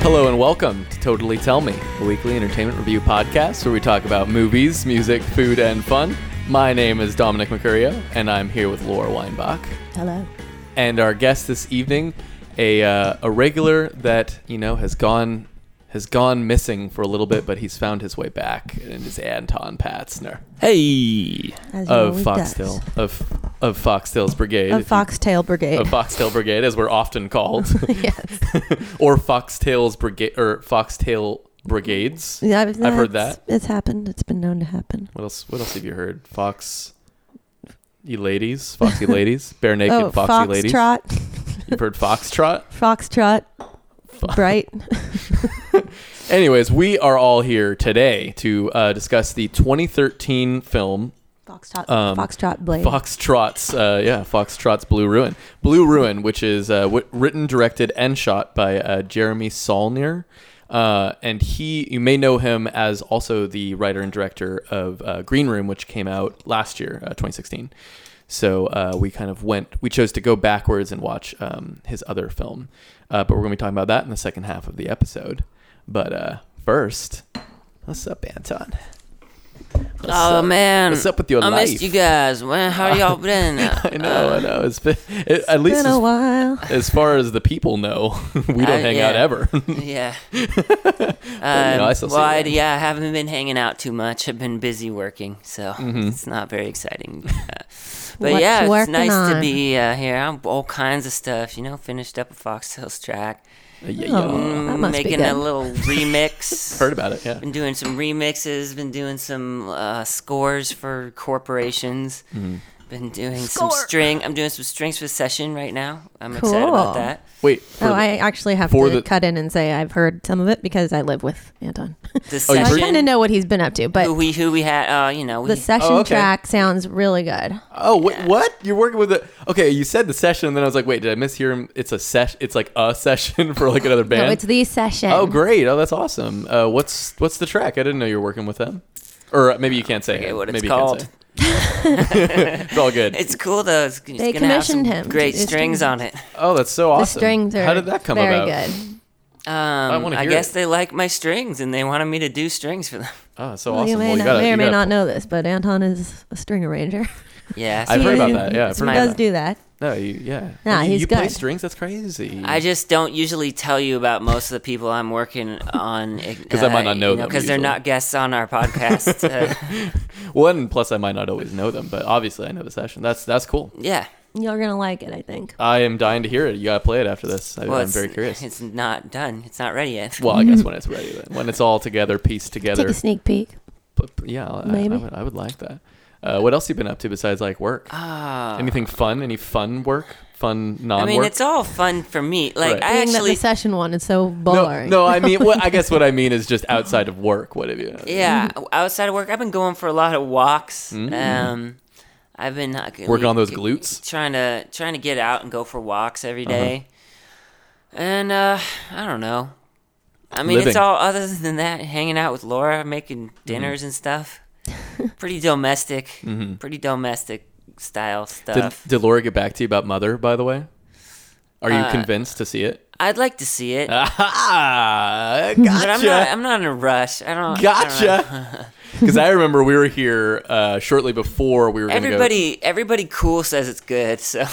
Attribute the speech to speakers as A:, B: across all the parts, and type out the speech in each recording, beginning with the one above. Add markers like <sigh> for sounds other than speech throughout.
A: welcome to Totally Tell Me, a weekly entertainment review podcast where we talk about movies, music, food, and fun. My name is Dominic Mercurio, and I'm here with Laura Weinbach.
B: Hello.
A: and our guest this evening, a uh, a regular that you know has gone has gone missing for a little bit, but he's found his way back, and is Anton Patzner
C: Hey,
B: As he
A: of
B: always
A: Foxtail
B: does.
A: of of Foxtail's Brigade,
B: Of Foxtail Brigade.
A: of Foxtail Brigade, as we're often called,
B: <laughs> yes.
A: <laughs> or Foxtail's Brigade or Foxtail Brigades.
B: Yeah,
A: I've heard
B: that's- It's happened. It's been known to happen.
A: What else? What else have you heard? Fox. You ladies, foxy ladies, bare naked
B: oh,
A: foxy ladies.
B: Foxtrot.
A: You've heard foxtrot.
B: Foxtrot. Bright.
A: Anyways, we are all here today to uh, discuss the 2013 film
B: Foxtrot.
A: Um,
B: Foxtrot Blade.
A: Foxtrot's, uh, yeah, Foxtrot's Blue Ruin. Blue Ruin, which is uh, w- written, directed, and shot by uh, Jeremy Saulnier. Uh, and he, you may know him as also the writer and director of uh, Green Room, which came out last year, uh, 2016. So uh, we kind of went, we chose to go backwards and watch um, his other film. Uh, but we're going to be talking about that in the second half of the episode. But uh, first, what's up, Anton? What's
C: oh
A: up?
C: man,
A: What's up with your
C: I
A: life?
C: missed you guys. When, how
A: <laughs>
C: y'all been? Uh,
A: I know, I know. It's been it, at least
B: Uh, been a
A: as,
B: while.
A: as far as the people know, <laughs> we don't
C: Uh,
A: hang out
C: yeah.
A: ever. <laughs>
C: yeah. um,
A: I still see
C: well, I,
A: you.
C: yeah, I haven't been hanging out too much. I've been busy working, so
A: Mm-hmm.
C: it's not
A: <laughs>
C: very exciting. Uh, but
B: What's
C: yeah, it's
B: working
C: nice to
B: on?
C: be uh, here. I'm all kinds of stuff. You know, finished up a Fox Hills track, Mm,
A: yeah, yeah.
B: Oh. That must be
C: making a
B: good.
C: little
A: <laughs>
C: remix.
A: Heard about it, yeah.
C: Been doing some remixes, been doing some uh, scores for corporations.
A: Mm-hmm.
C: Been doing some
B: Score.
C: string. I'm doing some strings for session right now. I'm excited about
B: Cool.
C: that.
A: Wait. for
B: Oh,
A: the-
B: I actually have
A: for
B: to
A: the-
B: cut in and say I've heard some of it because I live with Anton.
C: The
A: Oh, you Brit-
B: I kind of
C: session.
B: know what he's been up to,
C: Who
B: but
C: we who we had. Uh, you know, we,
B: the session
A: Oh, okay.
B: track sounds really good.
A: oh, wait, what? You're working with the Okay, you said the session and then I was like, "Wait, did I mishear him? It's a sesh it's like a <laughs> session for like another band."
B: <laughs> No, it's the session.
A: oh, great. Oh, that's awesome. Uh, what's what's the track? I didn't know you were working with them. Or uh, maybe you can't say
C: forget
A: it.
C: what it's
A: maybe
C: called.
A: You can't say. it's all
B: <laughs>
A: good.
C: it's cool though. It's, it's
B: They
C: gonna have some
B: commissioned him to
C: Great
B: do strings.
C: strings on it.
A: oh, that's so awesome.
B: The strings are
A: How did that come
B: very
A: about?
B: good.
C: Um,
A: wanna
C: I,
A: hear
C: guess
A: it.
C: they like my strings and they wanted me to do
A: <laughs>
C: strings for them.
A: Oh, so
B: You
A: awesome.
B: may,
A: well, you
B: not,
A: gotta,
B: may
A: you
B: or may
A: gotta-
B: not know this, but Anton is a string arranger.
C: Yeah,
A: I've
C: so
A: heard
B: <laughs> He-
A: about that, yeah, I've
B: he
A: heard
B: does
A: about
B: do that.
A: No, Oh, you, yeah.
B: Nah,
A: you,
B: he's
A: you play
B: good.
A: strings? That's crazy.
C: I just don't usually tell you about most of the people I'm working
A: <laughs>
C: on uh,
A: 'Cause I might not know them
C: because they're
A: usually.
C: not guests on our
A: <laughs>
C: podcast. Uh,
A: One plus, I might not always know them, but obviously I know the session. That's that's cool.
C: yeah,
B: You're gonna like it, I think.
A: I am dying to hear it. You gotta play it after this. I,
C: well,
A: I'm
C: it's-
A: very curious.
C: It's not done. It's not ready yet.
A: Well, I
C: <laughs>
A: guess when it's ready, then. when it's all together, pieced
B: Take
A: together.
B: a sneak peek.
A: P- p- yeah, I, I,
B: Maybe.
A: would, I would like that. Uh, what else you been up to besides like work?
C: Ah.
A: Anything fun? Any fun work? Fun non-work?
C: I mean, it's all fun for me. Like
A: Right.
C: I
B: Being that
C: actually,
B: the session one is so
A: no,
B: boring.
A: no. I mean, what, I guess
C: <laughs>
A: what I mean is just outside of work. What have you?
C: yeah,
B: Mm-hmm.
C: outside of work, I've been going for a lot of walks. Um, I've been uh,
A: Mm. Working on those glutes? Uh-huh.
C: trying to trying to get out and go for walks every day. And uh, I don't know. I mean, it's
A: Living. Mm-hmm.
C: all other than that, hanging out with Laura, making dinners and
B: <laughs>
C: stuff. pretty domestic,
A: Mm-hmm.
C: pretty domestic style
A: Did,
C: stuff.
A: did Laura get back to you about Mother? By the way, are
C: Uh,
A: you convinced to see
C: <laughs>
A: it?
C: I'd like to see it,
A: Ah,
C: but I'm not. I'm not in a rush. I don't. I don't know.
A: gotcha. <laughs> Because I remember we were here uh, shortly before we were going to go.
C: Everybody, everybody cool says it's good. So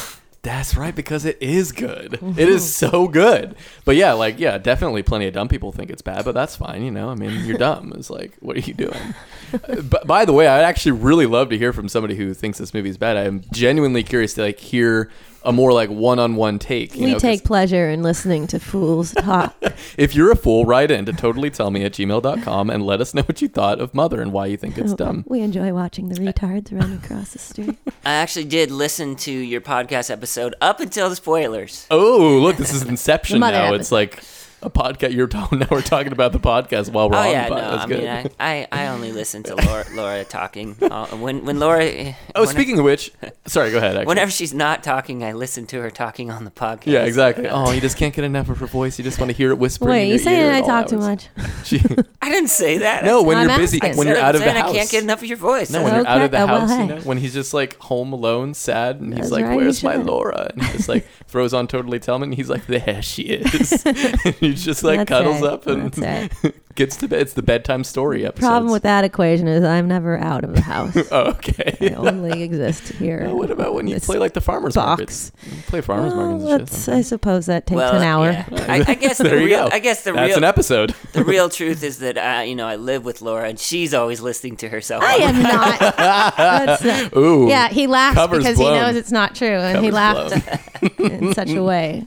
A: That's right, because it is good. It is so good. But yeah, like yeah, definitely plenty of dumb people think it's bad, but that's fine. You know, I mean, you're dumb. It's like, what are you doing? Uh, but by the way, I'd actually really love to hear from somebody who thinks this movie is bad. I'm genuinely curious to like hear a more like one-on-one take. You
B: we
A: know, 'cause
B: take pleasure in listening
A: <laughs>
B: to fools talk.
A: If you're a fool, write in to totally tell me at gmail.com and let us know what you thought of Mother and why you think
B: <laughs>
A: it's dumb.
B: we enjoy watching the retards run across
A: <laughs>
B: the street.
C: I actually did listen to your podcast episode up until the spoilers.
A: Oh, look, this is Inception
B: The
A: now.
B: mother
A: It's like a podcast. You're talking <laughs> now. We're talking about the podcast while we're
C: Oh
A: on.
C: yeah,
A: the
C: no,
A: pod. That's
C: I
A: good.
C: mean, I, I, I only listen to Laura, Laura
A: <laughs>
C: talking. Uh, when when Laura, oh
A: oh, speaking of which, sorry, go ahead. Actually.
C: whenever she's not talking, I listen to her talking on the
A: <laughs>
C: podcast.
A: yeah, exactly. Oh, you just can't get enough of her voice. You just want to hear it whispering.
B: Wait,
A: in your
B: you
A: ear
B: saying I
A: at all
B: talk too
A: hours. <laughs>
B: much?
A: She,
C: I didn't say that.
A: no, when
B: I'm
A: you're busy,
B: asking.
A: when you're
C: I'm
A: out of the
C: saying
A: house.
C: I can't get enough of your voice.
A: No, when you're
B: Okay,
A: out of the
B: oh, well,
A: house, you
B: hey.
A: know, when he's just like home alone, sad, and he's
B: That's <laughs>
A: like,
B: right, you
A: "Where's my
B: <laughs> should.
A: Laura?" and he just like throws on Totally Tellman, and he's like, "There she is." <laughs> and he just like
B: That's
A: cuddles
B: right.
A: up and <laughs>
B: That's
A: gets to bed. It's the bedtime story episode.
B: Problem with that equation is I'm never out of
A: <laughs>
B: the house.
A: Oh, okay.
B: <laughs> I only exist here.
A: <laughs> Now, what about when you
B: This
A: play like the farmers markets?
B: box?
A: You Play farmers
B: Well, uh,
A: markets and shit.
B: that's- I suppose that takes
C: Well,
B: an hour.
C: yeah.
A: <laughs>
C: I, I guess the
A: There you
C: real,
A: go.
C: I guess the
A: That's
C: real,
A: an
C: <laughs>
A: episode.
C: the real truth is that I, you know, I live with Laura, and she's always listening to herself.
B: I am not.
A: <laughs>
B: That's not-
A: Ooh.
B: yeah, he laughs
A: Covers
B: because
A: blown.
B: he knows it's not true, and he
A: Covers
B: laughed in
A: <laughs>
B: such a way.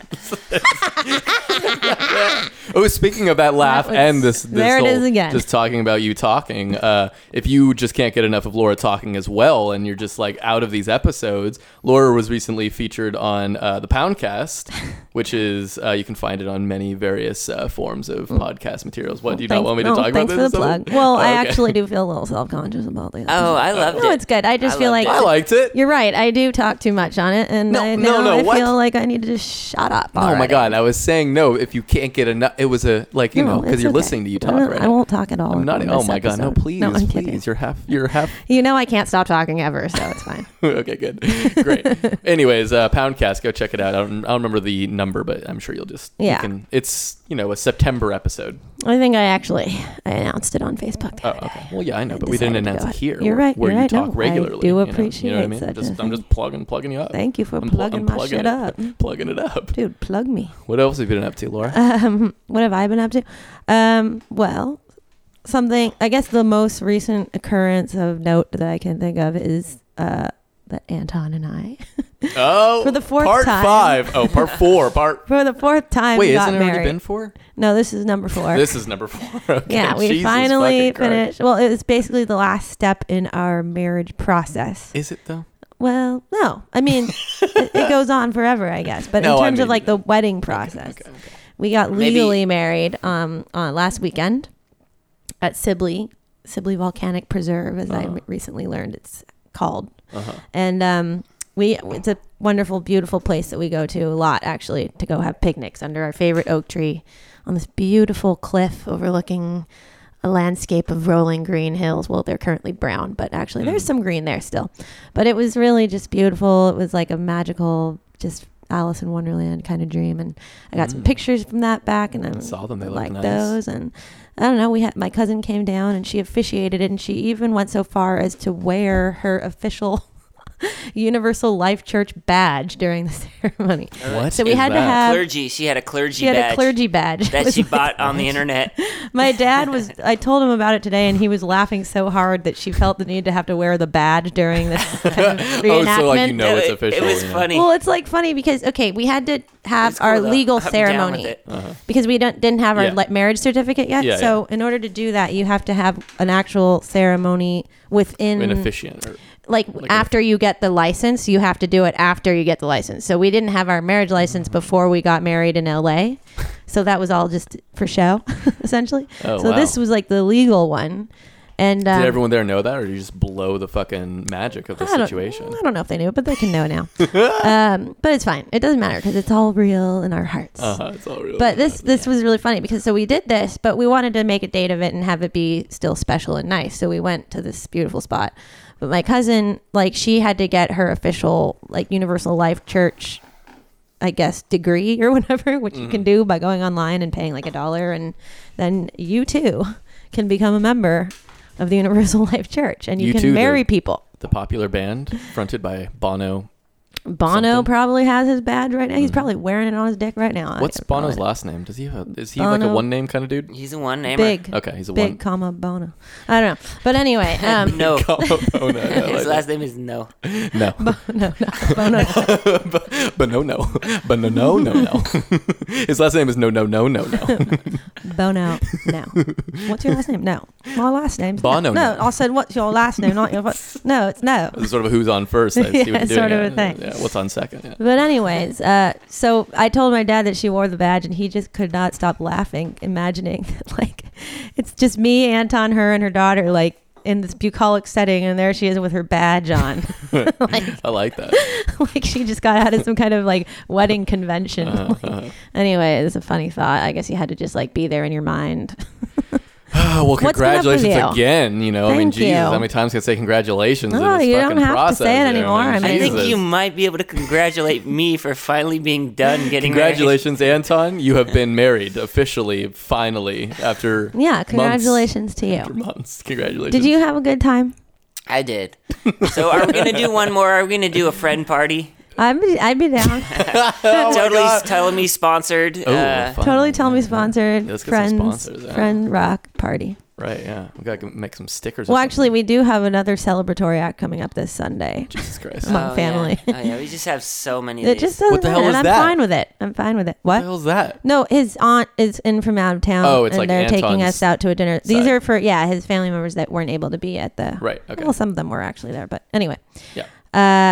A: Oh, speaking of that laugh
B: That was-
A: and this, this
B: there it
A: whole,
B: is again.
A: Just talking about you talking. Uh, if you just can't get enough of Laura talking as well, and you're just like out of these episodes, Laura was recently featured on uh, the Poundcast,
B: <laughs>
A: which is uh, you can find it on many various uh, forms of podcast materials. What do you not
B: Mm. Thanks-
A: want me to
B: no,
A: talk about?
B: Thanks
A: this
B: for
A: or
B: the
A: something? Oh,
B: plug. Well, I
A: Okay.
B: actually do feel a little self-conscious about this.
C: Oh,
A: Uh,
C: I loved it.
B: no, it's good. I just
C: I
B: feel
C: loved
B: like
C: it.
A: I liked it.
B: you're right. I do talk too much on it, and
A: No,
B: I,
A: no,
B: now
A: no,
B: I
A: what?
B: feel like I need to just shut up.
A: Oh my god! I was saying no. If you can't get enough, it was a like you know
B: No,
A: because
B: it's
A: you're
B: okay.
A: listening to you
B: I
A: talk
B: won't-
A: right
B: I
A: now.
B: won't talk at all.
A: I'm not.
B: on
A: Oh
B: this
A: my god! No,
B: episode.
A: please,
B: No, I'm kidding.
A: please. You're half. You're half <laughs>
B: You know I can't stop talking ever, so it's fine.
A: okay, good.
B: <laughs>
A: Great. Anyways, uh, Poundcast, go check it out. I don't, I don't remember the number, but I'm sure you'll just. you
B: Yeah.
A: can- it's, you know, a September episode.
B: I think I actually I announced it on Facebook. the
A: Oh,
B: other day.
A: okay. Well, yeah, I know,
B: I
A: but we didn't
B: decided to
A: announce
B: go
A: it
B: out.
A: here.
B: You're right,
A: Where
B: you're
A: you
B: right.
A: talk
B: No, I
A: regularly.
B: do
A: you know- You know,
B: appreciate
A: what I mean?
B: such
A: I'm just,
B: a
A: I'm
B: thing.
A: just plugging, plugging you up.
B: Thank you for
A: I'm pl-
B: plugging
A: I'm
B: my
A: plugging it.
B: shit up,
A: Plugging it
B: <laughs>
A: up.
B: dude. Plug me.
A: What else have you been up to, Laura?
B: Um, what have I been up to? Um, well, something. I guess the most recent occurrence of note that I can think of is uh, that Anton and I, <laughs>
A: oh,
B: <laughs> for the fourth
A: part
B: time.
A: five. Oh, part four.
B: <laughs>
A: Part.
B: for the fourth time,
A: Wait,
B: got
A: isn't it already
B: married.
A: been four?
B: No, this is number
A: <laughs>
B: four.
A: This is number four. <laughs> Okay,
B: yeah, we
A: Jesus
B: finally
A: fucking Christ.
B: finished. Well, it was basically the last step in our marriage process.
A: Is it though?
B: Well, no,
A: <laughs>
B: I mean, it, it goes on forever, I guess. But
A: No,
B: in
A: I
B: terms
A: mean-
B: of like the wedding process,
A: Okay, okay.
B: we got
C: Maybe-
B: legally married um uh, last weekend at Sibley Sibley Volcanic Preserve, as I
A: Uh-huh.
B: recently learned it's called,
A: Uh-huh.
B: and um we it's a wonderful, beautiful place that we go to a lot actually to go have picnics under our favorite oak tree on this beautiful cliff overlooking a landscape of rolling green hills. Well, they're currently brown, but actually there's
A: Mhm.
B: some green there still. But it was really just beautiful. It was like a magical, just Alice in Wonderland kind of dream. And I got some
A: Mm.
B: pictures from that back, and I
A: saw them. They looked
B: liked
A: nice.
B: those. And I don't know. We had my cousin came down, and she officiated, it, and she even went so far as to wear her official. Universal Life Church badge during the <laughs> ceremony.
A: What?
B: So we
A: is
B: had to
A: that?
B: have-
C: clergy. She had a clergy
B: uh, She had
C: badge
B: a clergy badge <laughs> It
C: that
B: was
C: she
B: like-
C: bought on the internet.
B: My dad was. I told him about it today, and he was laughing so hard that she felt the need to have to wear the <laughs> badge during
C: <laughs>
B: this kind of
A: Oh,
B: reenactment.
A: so like you know
C: It-
A: it's
C: it-
A: official.
C: It was
A: yeah.
C: funny.
B: Well, it's like funny because okay, we had to have
C: It's cool,
B: our
C: though.
B: legal
C: I'm down with
B: ceremony
C: it.
A: Uh-huh.
B: because we don't, didn't have our
A: Yeah.
B: li- marriage certificate yet.
A: Yeah,
B: so, in order to do that, you have to have an actual ceremony within
A: an officiant. Or,
B: like,
A: an-
B: after you get the license, you have to do it after you get the license. So, we didn't have our marriage license before we got married in LA. so, that was all just for show, <laughs> essentially.
A: oh,
B: so,
A: wow.
B: this was like the legal one. And um,
A: Did everyone there know that, or did you just blow the fucking magic of the
B: I don't-
A: situation?
B: I don't know if they knew, but they can know now. um, but it's fine. It doesn't matter because it's all real in our hearts.
A: <laughs> Uh-huh, it's all real.
B: But this this was really funny because so we did this, but we wanted to make a date of it and have it be still special and nice. So we went to this beautiful spot. But my cousin, like, she had to get her official like Universal Life Church, I guess, degree or <laughs> whatever, which you
A: Mm-hmm.
B: can do by going online and paying like a dollar, and then you too can become a member of the Universal <laughs> Life Church, and you,
A: You
B: can
A: too, the-
B: marry people.
A: the popular band fronted by Bono.
B: Bono
A: Something.
B: probably has his badge right now. He's
A: Mhm.
B: probably wearing it on his dick right now. I
A: What's
B: don't know
A: Bono's
B: it.
A: last name? Does he have? Is he like a
B: Bono-
A: one name kind of dude?
C: He's a one namer. <laughs>
B: Big,
A: Okay, he's a
B: big
A: one.
B: comma Bono. I don't know,
A: <laughs>
B: but anyway, um,
C: No.
A: Comma Bono. Yeah, like-
C: His last name is No.
A: Oh,
B: <laughs>
A: no,
B: Bono, no, Bono.
A: <laughs> but, but no, no, but no, no, no, no. <laughs> His last name is no, no, no, no, no.
B: <laughs> Bono. No. What's your last name? No. My last name's no.
A: Bono,
B: No.
A: no.
B: I said, what's your last name? Not your. fu- No, it's no.
A: It's sort of a who's on first. I see what
B: Yeah,
A: you're doing.
B: sort of
A: yeah.
B: a thing.
A: Yeah, what's on second?
B: <laughs>
A: Yeah.
B: But anyways, uh, so I told my dad that she wore the badge, and he just could not stop laughing, imagining <laughs> that, like it's just me, Anton, her, and her daughter, like in this bucolic setting, and there she is with her badge on, like
A: <laughs> I like that.
B: <laughs> like she just got out of some kind of like
A: <laughs>
B: wedding convention.
A: Uh-huh,
B: <laughs> Like,
A: uh-huh.
B: <laughs> anyway, it's a funny thought. I guess you had to just like be there in your mind.
A: Oh well,
B: What's been up with
A: congratulations
B: you?
A: again. You know, I mean,
B: Thank
A: Jesus,
B: you.
A: how many times can I say congratulations?
B: No,
A: in this
B: you don't
A: fucking
B: have to
A: process
B: say it
A: here?
B: anymore. I mean-
C: I think
A: Jesus.
C: you might be able to congratulate me for finally being done getting married.
A: Congratulations, Anton. You have been married officially, finally, after
B: Yeah,
A: months
B: congratulations to
A: after
B: you.
A: months. Congratulations.
B: Did you have a good time?
C: I did. So are we gonna do one more? Are we gonna do a
A: <laughs>
C: friend party?
B: I'd be, I'd be down.
C: totally, totally sponsored.
A: Oh,
C: uh,
A: fun.
B: totally tell me sponsored.
A: let's get some
B: friends,
A: sponsors, yeah.
B: friend rock party.
A: Right? Yeah, we gotta make some stickers. or
B: Well,
A: something.
B: actually, we do have another celebratory act coming up this Sunday.
A: Jesus Christ.
B: Come on. family.
C: Yeah. Oh yeah, we just have so many. Of
B: It
C: these.
B: just doesn't
A: What the hell
B: matter,
A: is
B: and
A: that?
B: I'm fine with it. I'm fine with it.
A: What the
B: What?
A: hell's that?
B: No, his aunt is in from out of town.
A: Oh, it's
B: and
A: like
B: they're taking
A: Anton's
B: us out to a dinner. These
A: side.
B: are for yeah, his family members that weren't able to be at the
A: Right, okay.
B: Well, some of them were actually there, but anyway.
A: Yeah.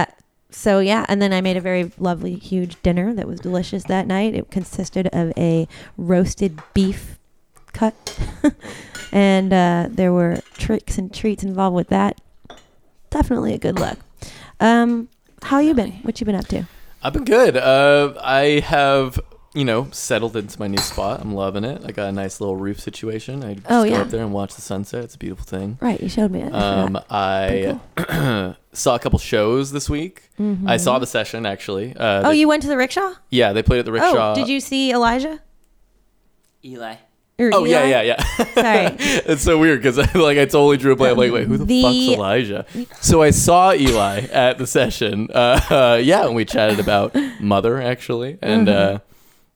B: Uh, so yeah, and then I made a very lovely, huge dinner that was delicious that night. It consisted of a roasted beef cut, <laughs> and uh, there were tricks and treats involved with that. Definitely a good look. Um, how you been? What you been up to?
A: I've been good. Uh, I have, you know, settled into my new spot. I'm loving it. I got a nice little roof situation. I just
B: Oh,
A: go
B: yeah.
A: up there and watch the sunset. It's a beautiful thing.
B: Right, you showed me it. I <laughs>
A: Um,
B: forgot.
A: I <clears throat> saw a couple shows this week. I saw the session actually. Uh,
B: Mm-hmm. oh,
A: they-
B: you went to the rickshaw?
A: yeah, they played at the rickshaw.
B: Oh, did you see Elijah?
C: Eli.
B: Or
A: Oh yeah, yeah,
B: Eli?
A: yeah. <laughs>
B: Sorry.
A: it's so weird because <laughs> like I totally drew a blank. I'm like, wait, who the,
B: The-
A: fuck's Elijah? So I saw Eli at the session. Uh, uh, <laughs> yeah, and we chatted about Mother actually, and
B: Mm-hmm.
A: uh,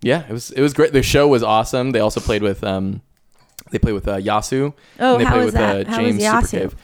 A: yeah, it was it was great. The show was awesome. They also played with um, they played with uh, Yasu.
B: Oh,
A: and they
B: how
A: played with
B: was that?
A: Uh,
B: How was
A: James
B: Yasu?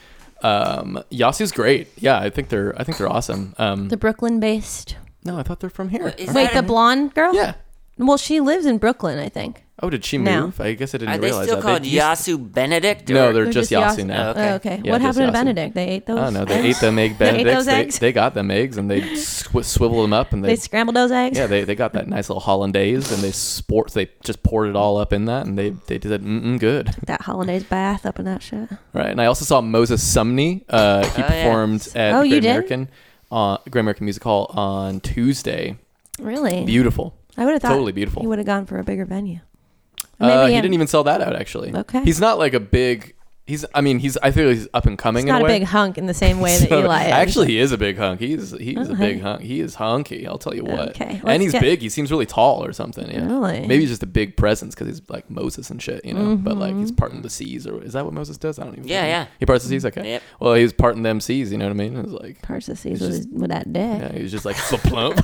A: Supercave. Um, Yasu's great. Yeah, I think they're I think they're awesome. Um,
B: <laughs> The Brooklyn-based.
A: no, I thought they're from here.
C: Is
B: Wait,
C: that
B: the
C: a-
B: blonde girl?
A: Yeah.
B: Well, she lives in Brooklyn, I think.
A: Oh, did she
B: No.
A: move? I guess I didn't
C: Are they
A: realize
C: still
A: that.
C: called
A: used-
C: Yasu Benedict?
A: No,
C: or-
A: they're just
B: just
A: Yasu
B: Yasu.
A: now.
C: Oh,
B: Oh,
C: Okay.
B: okay.
A: Yeah,
B: what
A: just
B: happened to
A: Yasu.
B: Benedict? They ate those.
A: Oh no,
B: <laughs>
A: they ate them egg
B: They ate
A: benedicts.
B: those
A: they,
B: eggs?
A: they got them eggs and they sw- swiveled them up and
B: They
A: they,
B: scrambled those eggs.
A: yeah they, they got that nice little hollandaise and they sport they just poured it all up in that and they they did it mm-mm good <laughs>
B: That hollandaise bath up in that shit.
A: right and I also saw Moses Sumney uh, he
C: yeah.
A: performed at
B: Oh,
A: the
B: you
A: Great
B: did?
A: American uh, Great American Music Hall on Tuesday
B: Really?
A: beautiful
B: I would have thought
A: totally beautiful
B: he would have gone for a bigger venue.
A: uh,
B: Maybe
A: he
B: him.
A: didn't even sell that out actually
B: Okay.
A: he's not like a big he's I mean he's I feel he's up and coming in
B: He's not
A: a
B: a
A: way
B: big hunk in the same way
A: <laughs>
B: that
A: So,
B: Eli is.
A: Actually, he is a big hunk. He's he's a
B: Okay.
A: big hunk. He is hunky. I'll tell you what.
B: Okay,
A: and
B: let's
A: he's
B: get-
A: big. He seems really tall or something. Yeah.
B: Really?
A: Maybe he's just a big presence because he's like Moses and shit, you know. But like
B: Mm-hmm.
A: he's parting the seas, or is that what Moses does? I don't even.
C: Yeah,
A: fucking know.
C: yeah.
A: He parts the seas. Okay.
C: Yep.
A: Well, he was parting them seas. You know what I mean? It was like.
B: parts of
A: It's
B: seas with,
A: just-
B: his- with that dick.
A: Yeah, he was just like <laughs> plump,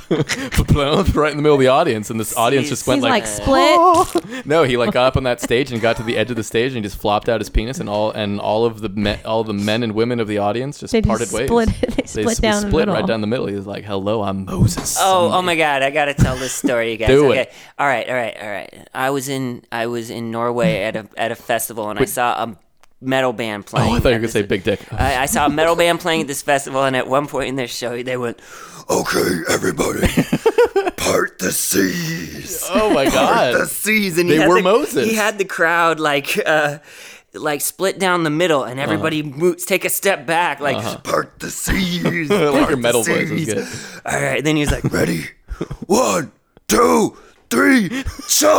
A: plump, right in the middle of the audience, and this audience just
C: Seas.
A: went
B: He's like,
A: like <laughs>
B: split.
A: no, he like got up on that stage and got to the edge of the stage and he just flopped out his penis and all and all of the me, all the men and women of the audience just
B: They just
A: parted ways.
B: split- <laughs> they split
A: s-
B: down the
A: split right
B: middle.
A: down the middle. He's like, "Hello, I'm Moses."
C: Oh, oh my God! I gotta tell this
A: <laughs>
C: story, you guys.
A: Do
C: okay.
A: it.
C: All right, all right, all right. I was in I was in Norway at a at a festival, and I saw a metal band playing.
A: Oh, I thought you were
C: at
A: gonna
C: this-
A: say big dick.
C: <laughs> I, I saw a metal band playing at this festival, and at one point in their show, they went,
D: Okay, everybody, part the seas.
A: oh my
D: The
A: <laughs> god!
D: seas, and
A: They
D: he had
A: were
D: the-
A: Moses.
C: He had the crowd like uh, like split down the middle, and
A: Uh-huh.
C: everybody moves, take a step back, like.
D: part
A: <laughs>
D: the seas.
A: I Uh-huh. like
D: part
A: your
D: the
A: metal voice is
D: seas.
A: good.
C: All right, then he was like, <laughs>
D: Ready? One, two, three,
A: <laughs>
D: charge!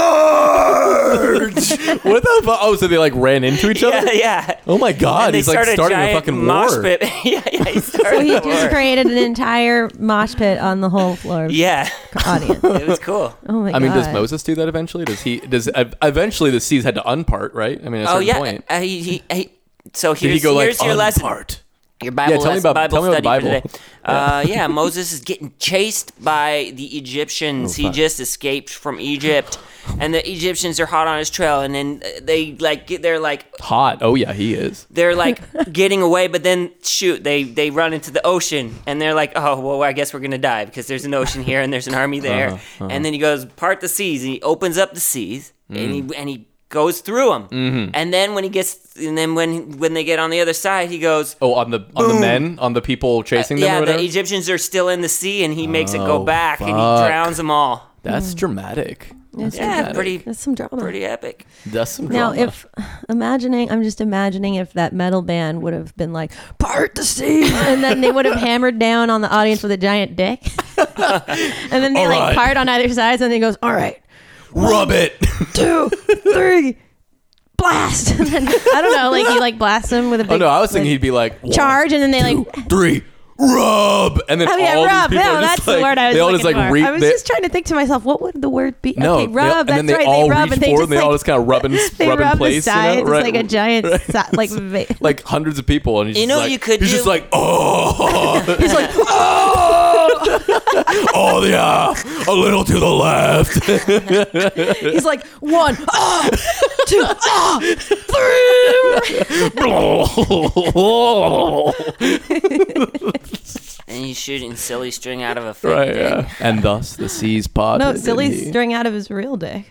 A: What the fuck? Oh, so they like ran into each other?
C: yeah, yeah.
A: Oh my god!
C: And they
A: He's like
C: started
A: starting a
C: giant
A: fucking
C: mosh
A: war.
C: pit. <laughs> yeah,
A: <laughs>
C: yeah, he started
B: So he
C: a war.
B: just created an entire mosh pit on the whole
A: <laughs>
B: floor of
C: Yeah,
B: the audience.
C: it was cool.
B: Oh my
A: I mean,
B: god.
A: does Moses do that eventually? Does he? Does ev- eventually the seas had to unpart? Right? I mean, at a
C: Oh
A: certain
C: yeah.
A: point,
C: uh, he- he- he- so here's,
A: did he go like
C: here's your lesson.
A: unpart?
C: Your Bible,
A: Yeah, tell me
C: lesson-
A: about-
C: Bible
A: tell me about
C: study
A: the
C: for
A: Bible. <laughs>
C: today. Uh, yeah, Moses is getting chased by the
A: Oh,
C: Egyptians. he just escaped from Egypt, and the Egyptians are hot on his trail. And then uh, they like get, they're like
A: Hot. Oh yeah, he is.
C: they're
A: <laughs>
C: like getting away, but then shoot, they they run into the ocean, and they're like, oh well, I guess we're gonna die because there's an ocean here and there's an army
A: Uh-huh,
C: there. And then he goes part the seas, and he opens up the seas,
A: Mm.
C: and he and he goes through them.
A: Mm-hmm.
C: And then when he gets, and then when when they get on the other side, he goes.
A: Oh, on the on the men, on the people chasing them.
C: Uh, Yeah,
A: or
C: the
A: whatever?
C: Egyptians are still in the sea, and he makes it go
A: Oh,
C: back, and he
A: fuck.
C: drowns them all.
A: That's
B: Mm.
A: dramatic. That's
C: Yeah,
A: dramatic.
C: pretty
B: That's some drama.
C: pretty epic.
A: That's some
B: Now,
A: drama.
B: if imagining, I'm just imagining if that metal band would have been like, part the seas, and then they
A: <laughs>
B: would have hammered down on the audience with a giant dick. and then they
A: All
B: like
A: right.
B: part on either side, and then he goes, all right,
A: rub it.
B: two, three, blast. <laughs> and then, I don't know, like you like blast them with a
A: <laughs>
B: big.
A: Oh no, I was thinking
B: like,
A: he'd be like one,
B: charge, and then they like.
A: two, three, rub, and then
B: Oh yeah,
A: all
B: rub.
A: these people
B: No,
A: are
B: that's
A: just like,
B: the word I was
A: they all
B: looking
A: just like
B: for.
A: re-
B: I was
A: they,
B: just trying to think to myself, what would the word be?
A: no,
B: okay,
A: they- and
B: rub.
A: then
B: that's
A: they
B: right.
A: all
B: they rub,
A: reach
B: and they
A: forward
B: just
A: and they
B: like,
A: all just kind of rub and s-
B: <laughs> they
A: rub in
B: rub
A: place,
B: the
A: you know?
B: sides.
A: Right.
B: It's like a giant, si-
A: <laughs>
B: like va-
A: like hundreds of people, and he's
C: You
A: just
C: know
A: like,
C: you could
A: he's just
C: do-
A: like <laughs> oh, he's like oh, <laughs> oh yeah, a little to the left,
B: <laughs> He's like one, ah, two, ah.
C: And he's shooting silly string out of a fake
A: right,
C: dick.
A: yeah, and thus the seas pod.
B: No, silly string out of his real dick.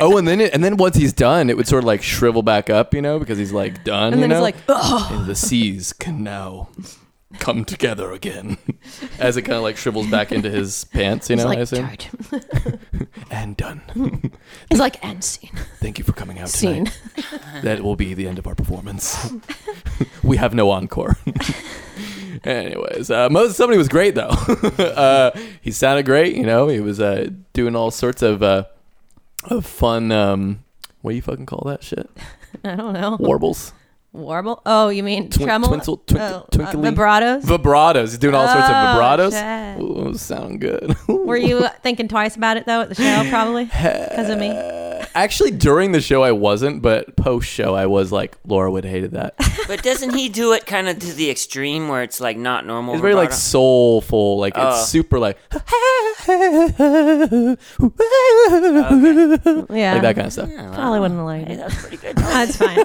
A: Oh, and then it, and then once he's done, it would sort of like shrivel back up, you know, because he's like done.
B: And
A: you
B: then he's
A: know?
B: like, oh.
A: and <laughs> the seas can now come together again, as it kind of like shrivels back into his pants, you know.
B: He's
A: I
B: like,
A: assume.
B: charge.
A: And done.
B: He's like, end scene.
A: Thank you for coming out
B: Scene. <laughs>
A: tonight. that will be the end of our performance. <laughs> we have no encore. <laughs> Anyways, uh, Moses Sumney was great though. <laughs> uh, he sounded great. You know, he was uh, doing all sorts of uh, of fun. Um, what do you fucking call that
B: <laughs>
A: shit?
B: I don't know.
A: Warbles,
B: Warble? Oh, you mean
A: Twin-
B: tremolo?
A: twinsel- twink-
B: oh,
A: twinkly-
B: Uh, vibratos?
A: vibratos. He's doing all sorts of
B: Oh,
A: vibratos.
B: shit.
A: Ooh, sound good.
B: <laughs>
A: <laughs>
B: Were you thinking twice about it though at the show, probably because of me?
A: Uh, actually, during the show I wasn't, but post show I was like, Laura would have hated that.
C: But doesn't he do it kind of to the extreme where it's like not normal?
A: It's very like
C: vibrato?
A: soulful, like
C: Oh.
A: it's super like <laughs>
B: Yeah,
A: like that kind of stuff.
B: probably wouldn't have liked
C: Hey, that
B: it.
C: was pretty
B: <laughs>
C: good.
B: That's fine.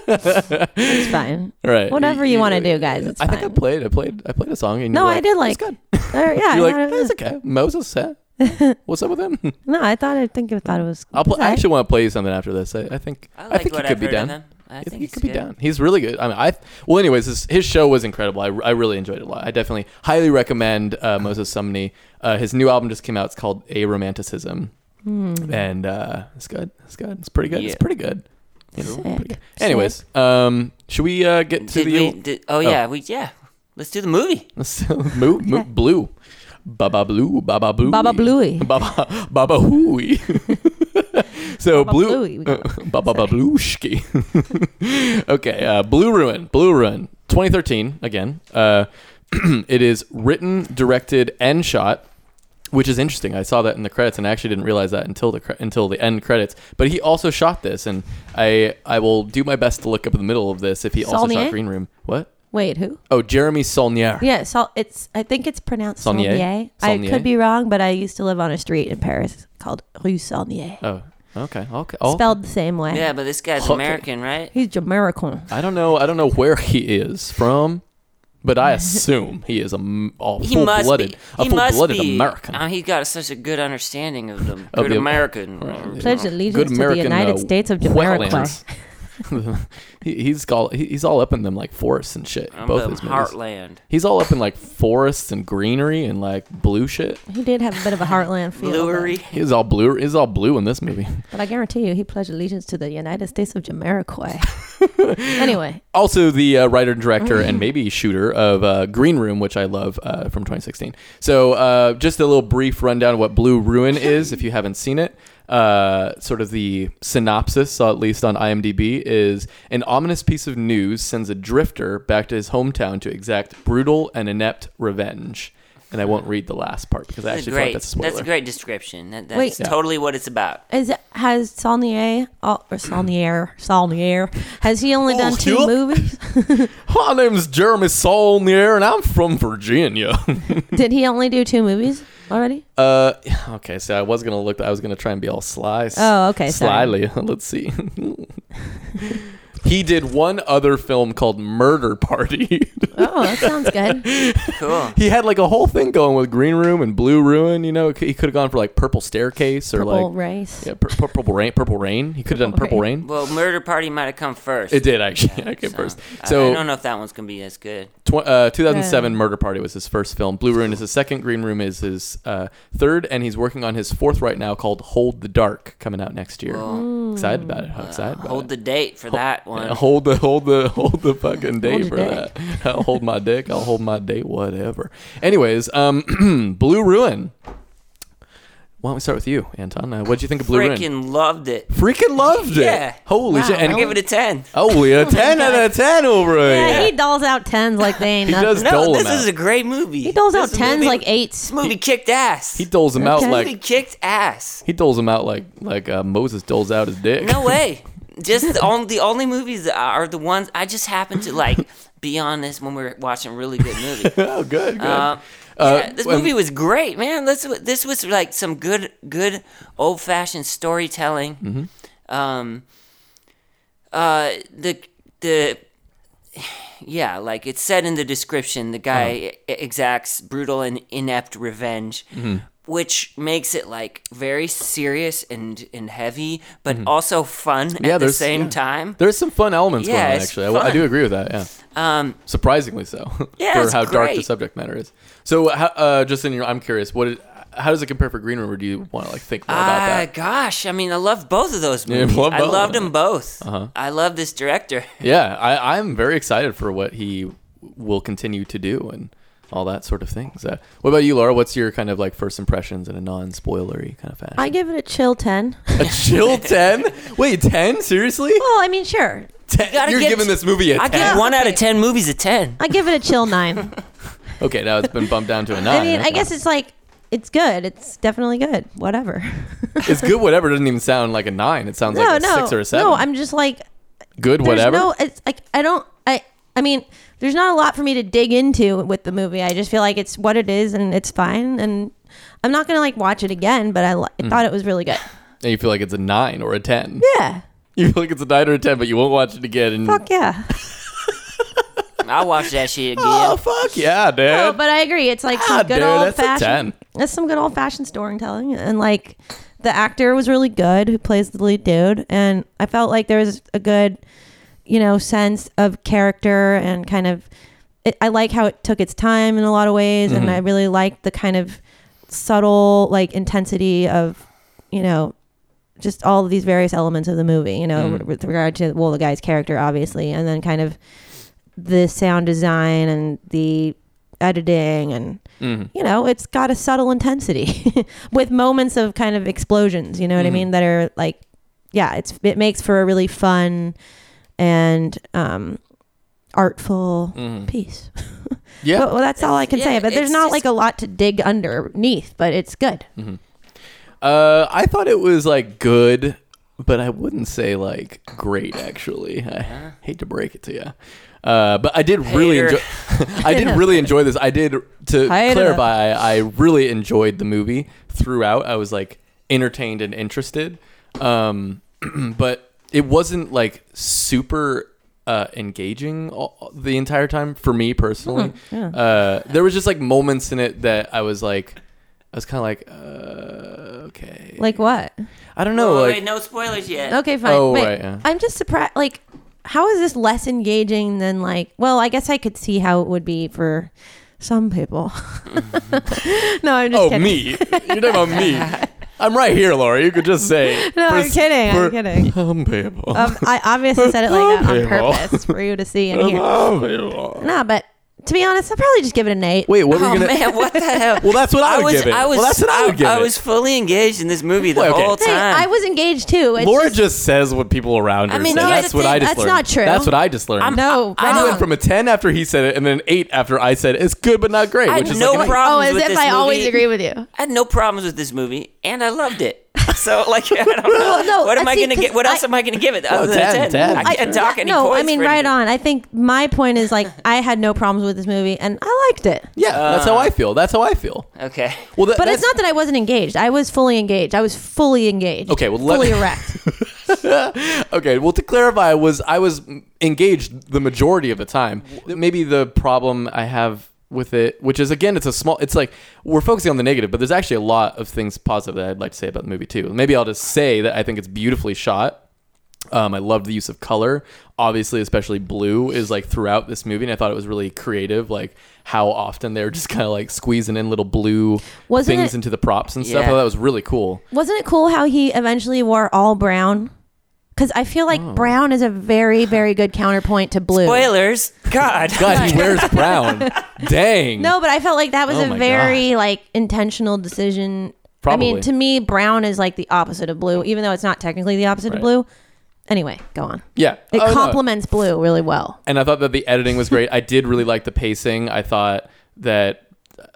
B: It's fine.
A: <laughs> Right.
B: Whatever you wanna do, guys, it's
A: I think I
B: fine.
A: played. I played. I played a song. And you
B: No,
A: were
B: I did like.
A: It's good.
B: Or, <laughs>
A: <laughs>
B: yeah,
A: You're
B: I
A: like,
B: thought it
A: that's
B: was-
A: okay. Moses,
B: <laughs>
A: huh? what's up with him? <laughs>
B: no, I thought I think I thought it was.
A: I'll
B: it's
A: play, I
B: all
A: actually want to play you something after this. I, I think.
C: I
A: <laughs> I,
C: like
A: think he
C: what
A: could
C: I've
A: be
C: heard
A: down.
C: of him. I,
A: I
C: think
A: think he
C: it's
A: could be
C: good.
A: down. He's really good. I mean, I well, anyways, his, his show was incredible. I, I really enjoyed it a lot. I definitely highly recommend uh, Moses Sumney. Uh, his new album just came out. It's called A Romanticism, and uh, it's good. It's good. It's pretty good.
C: Yeah.
A: It's pretty good. You know,
B: Sick.
A: pretty good. Anyways, um, should we uh, get to
C: Did
A: the
C: we, did, oh, yeah, we yeah. Let's do
A: <laughs>
C: the movie.
A: let's move, move blue, Baba Blue, Baba Blue,
B: Baba Bluey.
A: Baba Baba <laughs> Hooey. so
B: Baba
A: blue,
B: Bluey, we call
A: Baba Bablushki. <laughs> okay, uh, Blue Ruin. Blue Ruin. 2013 again. Uh, <clears throat> it is written, directed, and shot, which is interesting. I saw that in the credits, and I actually didn't realize that until the cre- until the end credits. But he also shot this, and I I will do my best to look up in the middle of this if he also shot
B: Saulnier?
A: Green Room. What?
B: Wait, who?
A: Oh, Jeremy Saulnier.
B: Yeah, Sol, it's. I think it's pronounced
A: Saulnier?
B: Saulnier. I
A: Saulnier?
B: could be wrong, but I used to live on a street in Paris called Rue Saulnier,
A: Oh, okay, okay. Oh,
B: spelled the same way.
C: Yeah, but this guy's
A: Okay.
C: American, right?
B: He's Jamaican.
A: I don't know. I don't know where he is from, but
C: <laughs>
A: I assume he is a, m- a
C: He must
A: full-blooded,
C: be.
A: a
C: He must
A: full-blooded
C: be.
A: American.
C: Uh, he got such a good understanding of them.
A: Of
C: Good
A: the-
C: American.
B: Pledge
A: Good
B: allegiance to the
A: American.
B: United
A: uh,
B: States of Jamaica.
A: wetlands. <laughs> he, he's all he- he's all up in them like forests and shit.
C: I'm
A: both
C: the
A: his movies.
C: heartland.
A: He's all up in like forests and greenery and like blue shit.
B: He did have a bit of a heartland feel. though.
C: Bluery.
A: He's all blue. He's all blue in this movie. <laughs>
B: But I guarantee you, he pledged allegiance to the United States of
A: <laughs>
B: Jamiroquai. anyway,
A: also the uh, writer director
C: Mm-hmm.
A: and maybe shooter of uh, green room which i love uh, from 2016 so uh, just a little brief rundown of what blue ruin is if you haven't seen it uh, sort of the synopsis at least on imdb is an ominous piece of news sends a drifter back to his hometown to exact brutal and inept revenge and i won't read the last part because i
C: That's
A: actually
C: a
A: feel like
C: great.
A: that's a
C: That's,
A: spoiler
C: a great description. That, that's
B: Wait.
C: totally what it's about.
B: is it, has Saulnier al- or Saulnier Saulnier has he only done two
A: Saulnier?
B: movies?
A: my name's jeremy saulnier and i'm from virginia <laughs>
B: Did he only do two movies already?
A: Uh, <laughs> okay. So I was gonna look. I was gonna try and be all sly. s-
B: Oh, okay, sorry.
A: Slyly. <laughs> Let's see. he did one other film called Murder Party. <laughs>
B: Oh, that sounds good.
C: Cool.
A: he had like a whole thing going with Green Room and Blue Ruin. You know, he could have gone for like Purple Staircase or
B: Purple
A: like
B: Race.
A: yeah, pur- pur- Purple Rain. Purple Rain. He could have done
B: Purple
A: Purple Rain.
C: Well, Murder Party might have come first.
A: It did actually. <laughs> I came
C: So,
A: first.
C: I-
A: So
C: I don't know if that one's gonna be as good.
A: Tw- uh, 2007
B: Yeah.
A: Murder Party was his first film. Blue Ruin is his second. Green Room is his uh, third, and he's working on his fourth right now called Hold the Dark, coming out next year. Excited about it. How excited about
C: Hold
A: it.
C: the date for that one.
A: Yeah, hold the hold the hold the fucking date
B: your
A: for
B: dick.
A: that. I'll hold my dick. I'll <clears throat> hold my date. Whatever. Anyways, um, Blue Ruin. Why don't we start with you, Anton? Uh, what did you think of Blue Ruin?
C: Freaking loved it.
A: Freaking loved it.
C: Yeah.
A: Holy
B: Wow.
A: shit!
C: I
A: And
C: give it a 10.
A: oh,
C: <laughs>
A: a ten out of ten over
B: Yeah,
A: here.
B: he dolls out tens like they ain't
A: He
B: nothing.
A: does-
C: No,
A: Dole
C: this
A: him
C: is
A: out.
C: a great movie.
B: He doles out
C: This
B: tens
C: movie-
B: like
C: This
B: eights.
C: movie kicked ass.
A: He doles him out
B: Okay.
C: movie
A: like
C: kicked ass.
A: he doles him out like like uh, Moses doles out his dick.
C: No way. Just the only, the only movies that are the ones I just happen to like be on this when we were watching a really good movie.
A: <laughs> oh, good, good.
C: Uh,
A: Uh,
C: yeah, this
A: um,
C: movie was great, man. This wa- this was like some good good old fashioned storytelling.
A: Mm-hmm.
C: Um, uh, the the yeah, like it said in the description, the
A: Uh-huh.
C: guy e- exacts brutal and inept revenge.
A: Mm-hmm.
C: Which makes it like very serious and, and heavy, but also fun
A: Mm-hmm. Yeah,
C: at the
A: there's-
C: same
A: yeah.
C: time.
A: There's some fun elements
C: Yeah,
A: going on,
C: it's
A: actually. I, I do
C: fun.
A: agree with that. Yeah.
C: Um,
A: Surprisingly so. <laughs>
C: Yeah,
A: for
C: it's
A: how dark the
C: great.
A: subject matter is. So, how, uh, just in your, I'm curious, what? It, how does it compare for Green Room? Or do you want to like think more about
C: Ah,
A: that?
C: gosh, I mean, I love both of those
A: Yeah, you
C: movies.
A: love
C: I
A: both. Uh-huh.
C: loved them both. I love this director.
A: Yeah, I, I'm very excited for what he will continue to do and all that sort of things. Uh, what about you, Laura? What's your kind of like first impressions in a non-spoilery kind of fashion?
B: I give it a chill ten.
A: a <laughs> chill ten? Wait, ten? Seriously?
B: Well, I mean, sure,
A: Ten?
C: gotta
A: You're
C: get-
A: giving this movie a
C: I
A: ten?
C: give one out of ten movies a ten.
B: I give it a chill nine.
A: <laughs> Okay, now it's been bumped down to a nine.
B: I mean, I
A: Ah, okay.
B: guess it's like it's good. It's definitely good. Whatever. <laughs>
A: it's good. Whatever doesn't even sound like a nine. It sounds
B: no,
A: like a
B: no,
A: six or a seven.
B: no. I'm just like
A: good.
B: there's
A: Whatever.
B: No, it's like I don't. I I mean, there's not a lot for me to dig into with the movie. I just feel like it's what it is and it's fine. And I'm not gonna like watch it again. But I, li-
A: Mm.
B: I thought it was really good.
A: and you feel like it's a nine or a ten.
B: Yeah.
A: You feel like it's a nine or a ten, but you won't watch it again. And,
B: Fuck yeah.
C: I watched that shit again.
A: Oh fuck yeah, dude.
B: <laughs> No, but I agree. It's like some
A: Ah,
B: good
A: dude,
B: old
A: that's a 10.
B: fashioned. That's some good old fashioned storytelling, and like the actor was really good who plays the lead dude, and I felt like there was a good, you know, sense of character and kind of. It, I like how it took its time in a lot of ways, and I really liked the kind of subtle like intensity of, you know. Just all of these various elements of the movie, you know, with regard to well, the guy's character, obviously, and then kind of the sound design and the editing and you know it's got a subtle intensity <laughs> with moments of kind of explosions you know what i
A: Mm.
B: mean that are like yeah it's it makes for a really fun and um artful piece
A: Mm-hmm. Mm. yeah.
B: but, well that's all i can say
C: yeah,
B: but there's
C: it's
B: not
C: just-
B: like a lot to dig underneath but it's good
A: Mm-hmm. Uh, I thought it was like good, but I wouldn't say like great. Actually, I hate to break it to you, uh, but I did really
C: Hater.
A: enjoy. <laughs> I did really enjoy this. I did to
B: Hater.
A: clarify. I really enjoyed the movie throughout. I was like entertained and interested, um, but it wasn't like super. Uh, engaging all, the entire time for me personally.
B: Hmm,
A: Uh, there was just like moments in it that I was like, I was kind of like, uh, okay,
B: like what
A: I don't know.
C: Oh,
A: like,
C: wait, no spoilers yet.
B: Okay, fine.
A: Oh,
B: Wait,
A: right, yeah.
B: I'm just surprised. Like, how is this less engaging than like? Well, I guess I could see how it would be for some people. <laughs> no, I'm just
A: oh,
B: <laughs> kidding.
A: me. You're talking about
B: <laughs>
A: me. I'm right here, Laura. You could just say.
B: No, I'm
A: s-
B: kidding, I'm
A: for
B: kidding.
A: Some people.
B: Um, I obviously said it like that on
A: <laughs> People.
B: purpose for you to see and
A: <laughs>
B: hear.
A: Some people.
B: Nah, but to be honest, I'd probably just give it an eight.
A: Wait, what were
C: Oh
A: you gonna?
C: <laughs> man, what the hell?
A: <laughs> Well, that's what I, would
C: was,
A: give it.
C: I was,
A: well, that's what I, would give
C: I
A: it.
C: was fully engaged in this movie the
A: Wait, okay.
C: whole
B: Hey,
C: time.
B: I was engaged too. It's
A: Laura
B: just-
A: just, says what people around her
C: I mean,
A: say.
C: no,
A: That's
C: that's
A: what
C: the
A: I
C: thing.
A: just
B: That's
A: learned.
B: not true.
A: That's what I just learned.
B: no.
C: I
A: I
B: wrong.
A: went from a ten after he said it, and then an eight after I said it's good but not great,
C: I
A: which
C: had
A: is
C: no
A: like an eight.
B: oh,
C: problems
B: as
C: with
B: if
C: this
B: I always
C: movie.
B: agree with you.
C: I had no problems with this movie, and I
A: <laughs>
C: loved it. So like, I don't know.
B: no,
C: what am
B: I
C: I
B: see,
C: gonna
B: 'cause
C: get? What else
B: I-
C: am I gonna give it other than
A: 10,
C: a 10?
A: 10.
C: I can't
A: I-
C: dock any
B: no,
C: points.
B: I mean
C: for
B: right
C: anything.
B: on. I think my point is like I had no problems with this movie and I liked it.
A: Yeah, that's how I feel. That's how I feel.
C: Okay.
A: Well, that,
B: But
A: that's,
B: it's not that I wasn't engaged. I was fully engaged. I was fully engaged.
A: Okay, well, let- <laughs>
B: fully erect.
A: Okay, well, to clarify, I was I was engaged the majority of the time. Maybe the problem I have with it, which is again, it's a small. It's like we're focusing on the negative, but there's actually a lot of things positive that I'd like to say about the movie too. Maybe I'll just say that I think it's beautifully shot. Um, I loved the use of color. Obviously, especially blue is like throughout this movie, and I thought it was really creative. Like how often they're just kind of like squeezing in little blue
B: Wasn't
A: things
B: it-
A: into the props and stuff. I
C: Yeah.
A: thought that was really cool.
B: Wasn't it cool how he eventually wore all brown? Because I feel like
C: Oh.
B: brown is a very, very good counterpoint to blue.
C: Spoilers. God.
A: God, he wears
B: <laughs>
A: brown. Dang.
B: No, but I felt like that was
A: Oh
B: a
A: my
B: very like intentional decision
A: Probably.
B: I mean, to me, brown is like the opposite of blue, even though it's not technically the opposite
A: Right.
B: of blue. Anyway, go on.
A: yeah.
B: It
A: Oh, no.
B: complements blue really well.
A: and I thought that the editing was great. I did really like the pacing. I thought that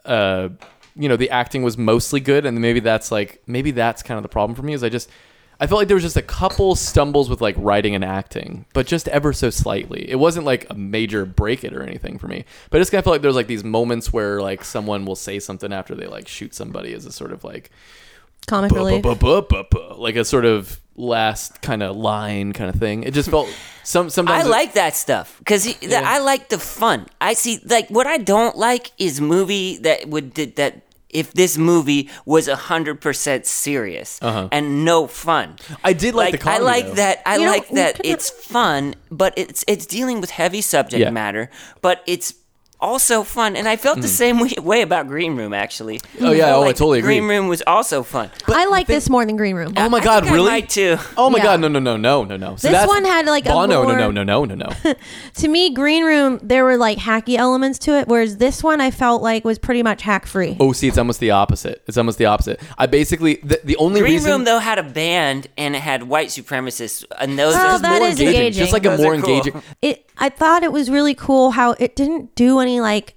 A: uh you know the acting was mostly good and maybe that's like maybe that's kind of the problem for me is I just I felt like there was just a couple stumbles with like writing and acting, but just ever so slightly. It wasn't like a major break it or anything for me. But I just kind of felt like there's like these moments where like someone will say something after they like shoot somebody as a sort of like
B: Comic relief.
A: "Ba-ba-ba-ba-ba," like a sort of last kind of line kind of thing. It just felt some
C: I
A: sometimes it-
C: like that stuff because I like the fun. I see, like, what I don't like is movie that would did that if this movie was hundred percent serious and no fun.
A: Uh-huh. I did like, the comedy,
C: I like
A: though.
C: that. I
B: You know,
C: like
B: we
C: that.
B: could-
C: It's fun, but it's it's dealing with heavy subject
A: Yeah. Hmm.
C: matter, but it's also fun. And I felt the same way, way about Green Room actually.
A: Oh, yeah.
C: I felt
A: Oh, I totally agree.
C: Green Room was also fun.
B: I like this more than green room.
A: Oh my
C: I
A: god,
C: think I
A: really?
C: might, too.
A: Oh my
B: Yeah.
A: god, no, no, no, no, no, no. So
B: This
A: that's-
B: one had, like, a
A: Bono,
B: more-
A: no, no, no, no, no, <laughs> no.
B: to me, green room there were like hacky elements to it, whereas this one I felt like was pretty much hack free.
A: oh, see, it's almost the opposite. It's almost the opposite. I basically the, the only
C: Green
A: reason
C: Room though had a band and it had white supremacists, and those
B: Oh,
C: are
B: that
A: more
B: is
A: engaging,
B: engaging.
A: just like a
C: Those
A: more
C: are cool.
A: engaging.
B: it I thought it was really cool how it didn't do any like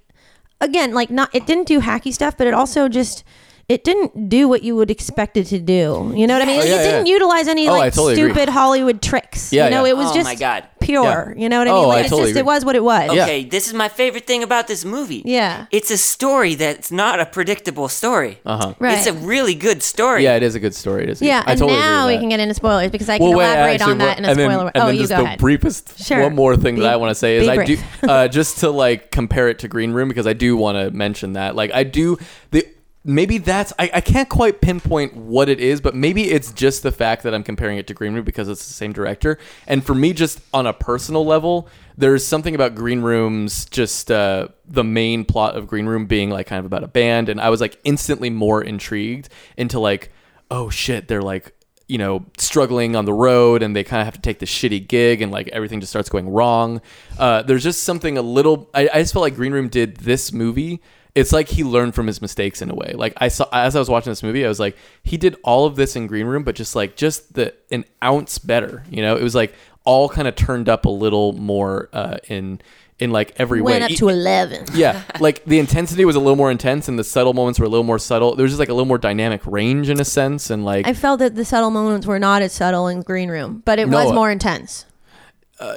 B: again like not it didn't do hacky stuff but it also just it didn't do what you would expect it to do. You know what I mean? Like,
A: yeah,
B: it
A: yeah.
B: didn't utilize any
A: Oh, I
B: like
A: totally agree.
B: stupid Hollywood tricks.
A: Yeah,
B: you know,
A: yeah.
B: it was
C: Oh,
B: just
C: my God.
B: pure.
A: Yeah.
B: You know what I
A: Oh,
B: mean?
A: I
B: Like it's
A: totally
B: just
A: agree. Oh,
B: it was what it was.
A: Yeah.
C: Okay, this is my favorite thing about this movie.
B: Yeah.
C: It's a story that's not a predictable story. Uh-huh.
B: Right.
C: It's a really good story.
A: Yeah, it is a good story. It is. a
B: Yeah,
A: good, I
B: and
A: totally
B: now
A: agree
B: we
A: with
B: can
A: that.
B: get into spoilers because I can
A: Well, wait,
B: elaborate
A: actually,
B: on that
A: well,
B: in a
A: and then-
B: spoiler.
A: And
B: oh,
A: then
B: you
A: just
B: go
A: the
B: ahead.
A: briefest
B: Sure.
A: one more thing
B: Be-
A: that I want to say is
B: be
A: I do
B: brief.
A: uh, just to like compare it to Green Room because I do want to mention that like I do the maybe that's I, I can't quite pinpoint what it is but maybe it's just the fact that i'm comparing it to green room because it's the same director and for me just on a personal level there's something about green room's just uh, the main plot of green room being like kind of about a band and i was like instantly more intrigued into like oh shit they're like you know struggling on the road and they kind of have to take the shitty gig and like everything just starts going wrong uh, there's just something a little I, I just felt like green room did this movie it's like he learned from his mistakes in a way like i saw as i was watching this movie i was like he did all of this in green room but just like just the an ounce better you know it was like all kind of turned up a little more uh, in in like every
B: Went
A: way
B: up
A: E-
B: to eleven.
A: <laughs> yeah, like the intensity was a little more intense, and the subtle moments were a little more subtle. There was just like a little more dynamic range in a sense, and like
B: I felt that the subtle moments were not as subtle in Green Room, but it
A: No,
B: was
A: uh,
B: more intense.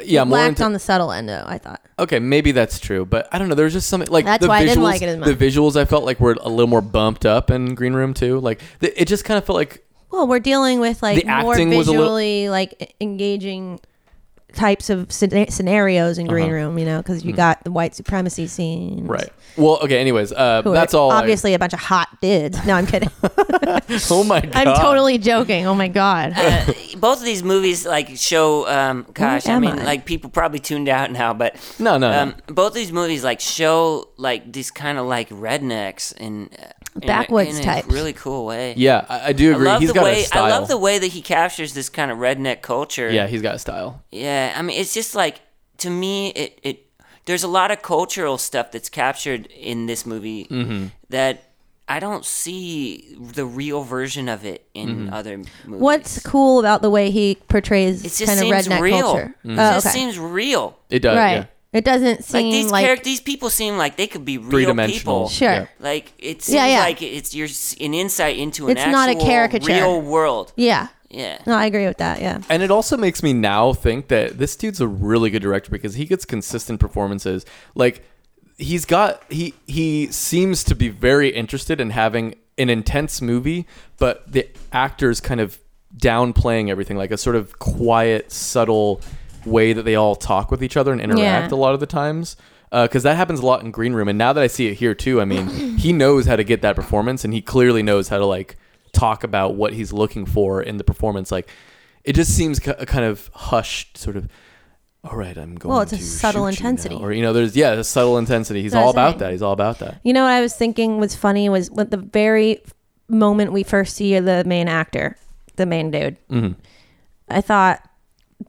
A: yeah, more
B: Lacked
A: into-
B: on the subtle end, though. I thought.
A: Okay, maybe that's true, but I don't know. There's just something like
B: That's
A: the
B: why I
A: visuals,
B: didn't like it as much.
A: The visuals I felt like were a little more bumped up in Green Room too. Like th- it just kind of felt like
B: Well, we're dealing with like
A: The
B: more
A: acting was a little-
B: visually like e- engaging types of scena- scenarios in Green Room, you know, because you got the white supremacy scene.
A: Uh-huh. Mm-hmm. right. Well, okay. Anyways, uh, that's all. I-
B: Obviously, a bunch of hot dudes. No, I'm kidding.
A: <laughs> oh my god.
B: <laughs> I'm totally joking. Oh my god.
A: <laughs>
C: Uh, Both of these movies like show um gosh, I
B: am
C: mean
B: I?
C: like people probably tuned out now, but
A: No, no, no.
C: Um both of these movies like show like these kind of like rednecks in uh, in a-
B: Backwoods
C: in a
B: types.
C: really cool way.
A: Yeah, I, I do
C: I
A: agree.
C: love
A: He's
C: the
A: got
C: way
A: a style.
C: I love the way that he captures this kind of redneck culture.
A: yeah, he's got a style.
C: Yeah, I mean, it's just like to me, it it there's a lot of cultural stuff that's captured in this movie that I don't see the real version of it in other movies.
B: What's cool about the way he portrays
C: it just
B: kind of
C: seems
B: redneck
C: real.
B: culture?
C: It
B: Oh,
C: just
B: okay.
C: seems real.
A: It does.
B: right.
A: Mm-hmm. Uh, Yeah.
B: It doesn't
C: Like
B: seem
C: these
B: like,
C: characters, these people seem like they could be
A: Three
C: real
A: dimensional.
C: people.
B: Sure.
A: Yeah.
C: Like it seems
B: Yeah, yeah.
C: like it's you're s- an insight into an
B: It's not a
C: actual
B: caricature.
C: real world.
B: yeah.
C: Yeah.
B: No, I agree with that. Yeah.
A: And it also makes me now think that this dude's a really good director because he gets consistent performances. Like he's got he he seems to be very interested in having an intense movie, but the actors kind of downplaying everything like a sort of quiet, subtle way that they all talk with each other and interact
B: Yeah.
A: a lot of the times. Because that happens a lot in Green Room, and now that I see it here too, I mean,
B: <clears throat>
A: he knows how to get that performance, and he clearly knows how to like talk about what he's looking for in the performance. Like, it just seems ki- a kind of hushed, sort of. All right, I'm going.
B: Well, it's a
A: to
B: subtle
A: shoot you now,"
B: intensity.
A: or you know, there's yeah, a subtle intensity. He's
B: That's
A: all
B: what I'm
A: about
B: saying.
A: that. He's all about that.
B: You know what I was thinking was funny was when the very moment we first see the main actor, the main dude. I thought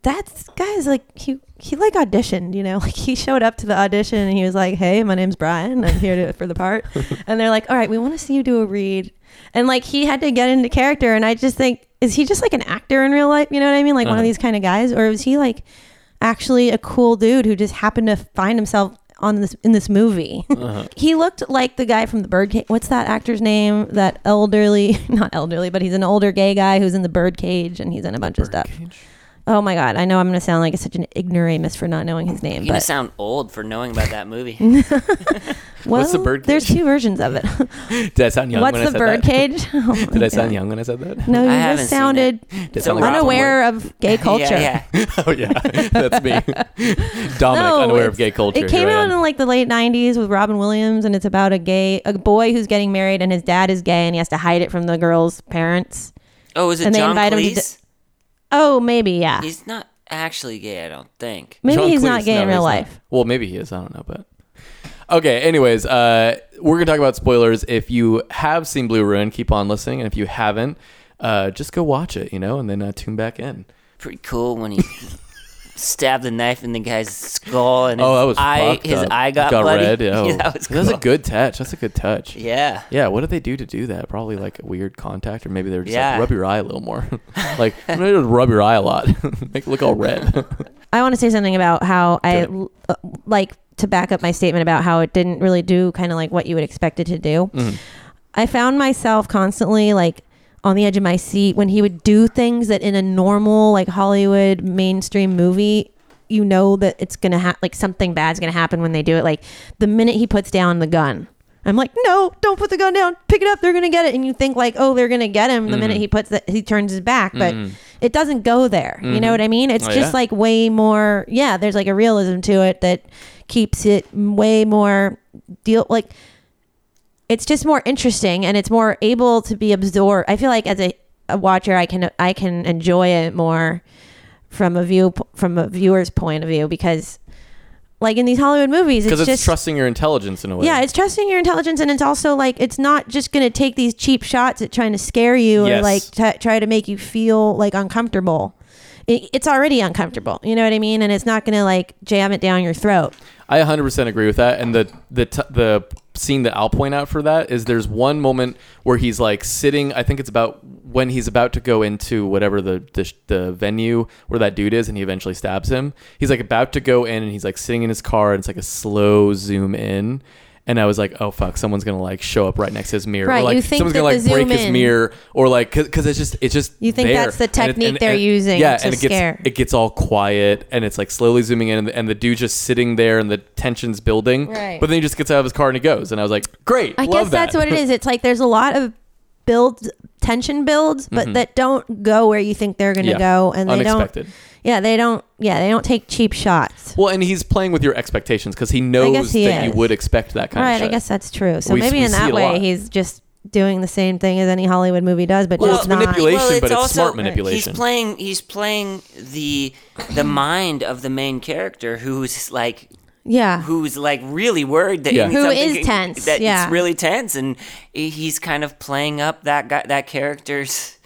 B: that's guys like he he like auditioned, you know, <laughs> like he showed up to the audition and he was like, "Hey, my name's Brian. I'm here to, <laughs> for the part." and they're like, "All right, we want to see you do a read." And like he had to get into character, and I just think is he just like an actor in real life? You know what I mean? Like one
A: Uh-huh.
B: of these kind of guys, or was he like actually a cool dude who just happened to find himself on this in this movie? <laughs> he looked like the guy from the Birdcage. What's that actor's name? That elderly, <laughs> not elderly, but he's an older gay guy who's in the Birdcage and he's in a bunch of stuff. Oh my god, I know I'm gonna sound like such an ignoramus for not knowing his name,
C: You're gonna
B: but
C: sound old for knowing about that
B: <laughs>
C: movie.
B: well,
A: the Birdcage?
B: There's two versions
A: <laughs>
B: of it.
A: Did I sound young
B: What's
A: when I
B: the
A: said that? <laughs>
B: birdcage? Oh
A: Did
B: my
A: I sound
B: <laughs> God.
A: young when I said that?
B: No, you
C: haven't seen
B: just sounded
A: Did I
C: So
A: sound like Rob
B: unaware of gay culture.
C: <laughs> yeah, yeah.
A: <laughs> oh yeah, <laughs> that's
B: <laughs>
A: me, Dominic,
B: No,
A: unaware of
B: it's-
A: gay culture.
B: It came
A: Here I
B: out
A: am.
B: in like the late '90s with Robin Williams, and it's about a gay, a boy who's getting married, and his dad is gay, and he has to hide it from the girl's parents.
C: Oh, is it
B: And they
C: John
B: invite him to
C: Cleese?
B: Oh, maybe yeah,
C: He's not actually gay, I don't think.
B: maybe
A: John
B: he's not
A: Cleese.
B: gay
A: No,
B: in real
A: he's not.
B: life.
A: Well, maybe he is. I don't know, but okay. Anyways, uh, we're gonna talk about spoilers. If you have seen Blue Ruin, keep on listening, and if you haven't, uh, just go watch it, you know, and then uh, tune back in.
C: Pretty cool when he stabbed the knife in the guy's skull and his
A: Oh, that was
C: eye
A: fucked
C: his
A: up.
C: eye got, bloody. <laughs>
A: red. Yeah, oh.
C: that was cool.
A: That's a good touch. That's a good touch.
C: Yeah.
A: Yeah, what did they do to do that? Probably like a weird contact, or maybe they were just
C: Yeah.
A: like rub your eye a little
C: <laughs>
A: more. <laughs> like I'm gonna just rub your eye a lot, <laughs> make it look all red. <laughs>
B: I want to say something about how I
A: Do
B: l- uh, like to back up my statement about how it didn't really do kind of like what you would expect it to do.
A: Mm-hmm.
B: I found myself constantly like on the edge of my seat when he would do things that in a normal like Hollywood mainstream movie you know that it's gonna ha- like something bad's gonna happen when they do it like the minute he puts down the gun i'm like no don't put the gun down pick it up they're gonna get it and you think like oh they're gonna get him the
A: Mm-hmm.
B: minute he puts that he turns his back but it doesn't go there you know what i mean it's
A: Oh,
B: just
A: yeah.
B: like way more yeah there's like a realism to it that keeps it way more deal like it's just more interesting and it's more able to be absorbed. I feel like as a, a watcher, I can I can enjoy it more from a view from a viewer's point of view because, like in these Hollywood movies, it's,
A: Because it's,
B: just
A: trusting your intelligence in a way.
B: yeah, it's trusting your intelligence and it's also like it's not just gonna take these cheap shots at trying to scare you
A: Yes.
B: or like t- try to make you feel like uncomfortable. It, it's already uncomfortable, you know what I mean, and it's not gonna like jam it down your throat.
A: I 100% agree with that. And the the t- the scene that I'll point out for that is there's one moment where he's like sitting. I think it's about when he's about to go into whatever the the, sh- the venue where that dude is, and he eventually stabs him. He's like about to go in, and he's like sitting in his car, and it's like a slow zoom in. And I was like, "Oh fuck, someone's gonna like show up right next to his mirror, or
B: Right,
A: like
B: you think
A: someone's
B: that
A: gonna like
B: the
A: break
B: zoom
A: his
B: in-
A: mirror, or like because it's just it's just
B: You think
A: there.
B: that's the
A: And it-
B: technique they're using
A: yeah,
B: to
A: and it gets
B: scare.
A: it gets all quiet and it's like slowly zooming in and the, and the dude just sitting there and the tension's building.
B: Right.
A: But then he just gets out of his car and he goes. And I was like, great.
B: I
A: love
B: guess that's
A: that.
B: what it is. It's like there's a lot of build tension builds, but that don't go where you think they're going
A: <laughs>
B: to
A: Mm-hmm. Yeah.
B: go, and they
A: Unexpected.
B: don't. Yeah, they don't. Yeah, they don't take cheap shots.
A: Well, and he's playing with your expectations because he knows
B: he
A: that you
B: is.
A: would expect that kind of
B: Right.
A: shit.
B: I guess that's true. So
A: We-
B: maybe
A: we
B: in
A: see it
B: that
A: a
B: way,
A: lot.
B: he's just doing the same thing as any Hollywood movie does, but
A: Well,
B: just
A: it's
B: not.
A: manipulation,
C: Well, uh,
A: but it's smart
C: He's
A: manipulation.
C: playing. He's playing the
A: <clears throat>
C: the mind of the main character, who's like
B: Yeah.
C: who's like really worried that
A: Yeah.
C: he needs
B: Who
C: something-
B: is tense,
C: that
B: yeah.
C: it's really tense, and he's kind of playing up that guy, that character's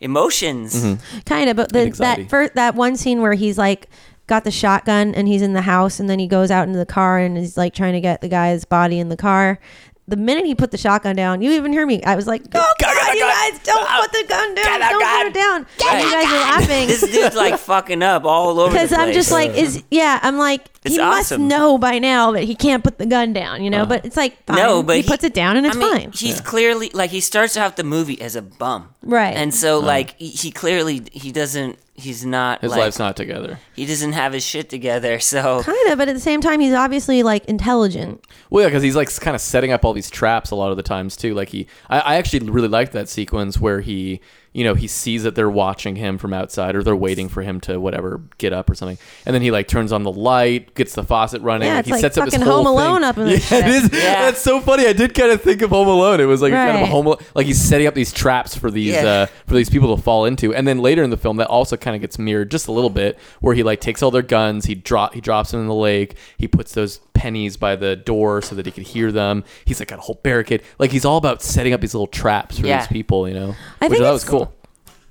C: emotions.
A: Mm-hmm.
B: kind of but the,
A: anxiety.
B: that first that one scene where he's like got the shotgun and he's in the house and then he goes out into the car and he's like trying to get the guy's body in the car the minute he put the shotgun down you even hear me i was like oh
C: Get
B: god
C: the
B: you
C: gun.
B: guys don't
C: Out.
B: put the gun
C: Oh, Get
B: down
C: the
B: don't
C: gun.
B: put it down and
C: the
B: you guys are
A: <laughs>
B: laughing
C: This dude's like fucking up all over. the
B: because I'm
C: place.
B: just like, is yeah, I'm like,
C: It's
B: he
C: awesome. Uh-huh.
B: must know by now that he can't put the gun down, you know. But it's like, fine.
C: No, but
B: he, puts it down and it's
C: I mean,
B: fine.
C: He's clearly like he starts out the movie as a bum,
B: Right.
C: And so like he, he clearly he doesn't he's not
A: his
C: like,
A: life's not together.
C: he doesn't have his shit together. So
B: kind of, but at the same time, he's obviously like intelligent.
A: Well, yeah, because he's like kind of setting up all these traps a lot of the times too. Like he, I, I actually really liked that sequence where he, you know, he sees that they're watching him from outside or they're waiting for him to whatever get up or something, and then he like turns on the light, gets the faucet running,
B: Yeah,
A: like
B: it's
A: he
B: like
A: sets up his
B: fucking
A: whole
B: Home Alone
A: thing.
B: up
A: <laughs>
B: in
A: yeah,
B: this
A: it is.
B: shit.
C: Yeah.
A: That's so funny. I did kind of think of Home Alone. It was like a kind of a
B: Right.
A: Home Alone, like he's setting up these traps for these uh,
C: Yeah.
A: for these people to fall into, and then later in the film that also kind of gets mirrored just a little bit, where he like takes all their guns, he drop he drops them in the lake, he puts those pennies by the door so that he could hear them. He's like got a whole barricade, like he's all about setting up these little traps for
C: Yeah.
A: these people, you know,
B: I
A: which
B: think
A: that
B: it's-
A: was cool.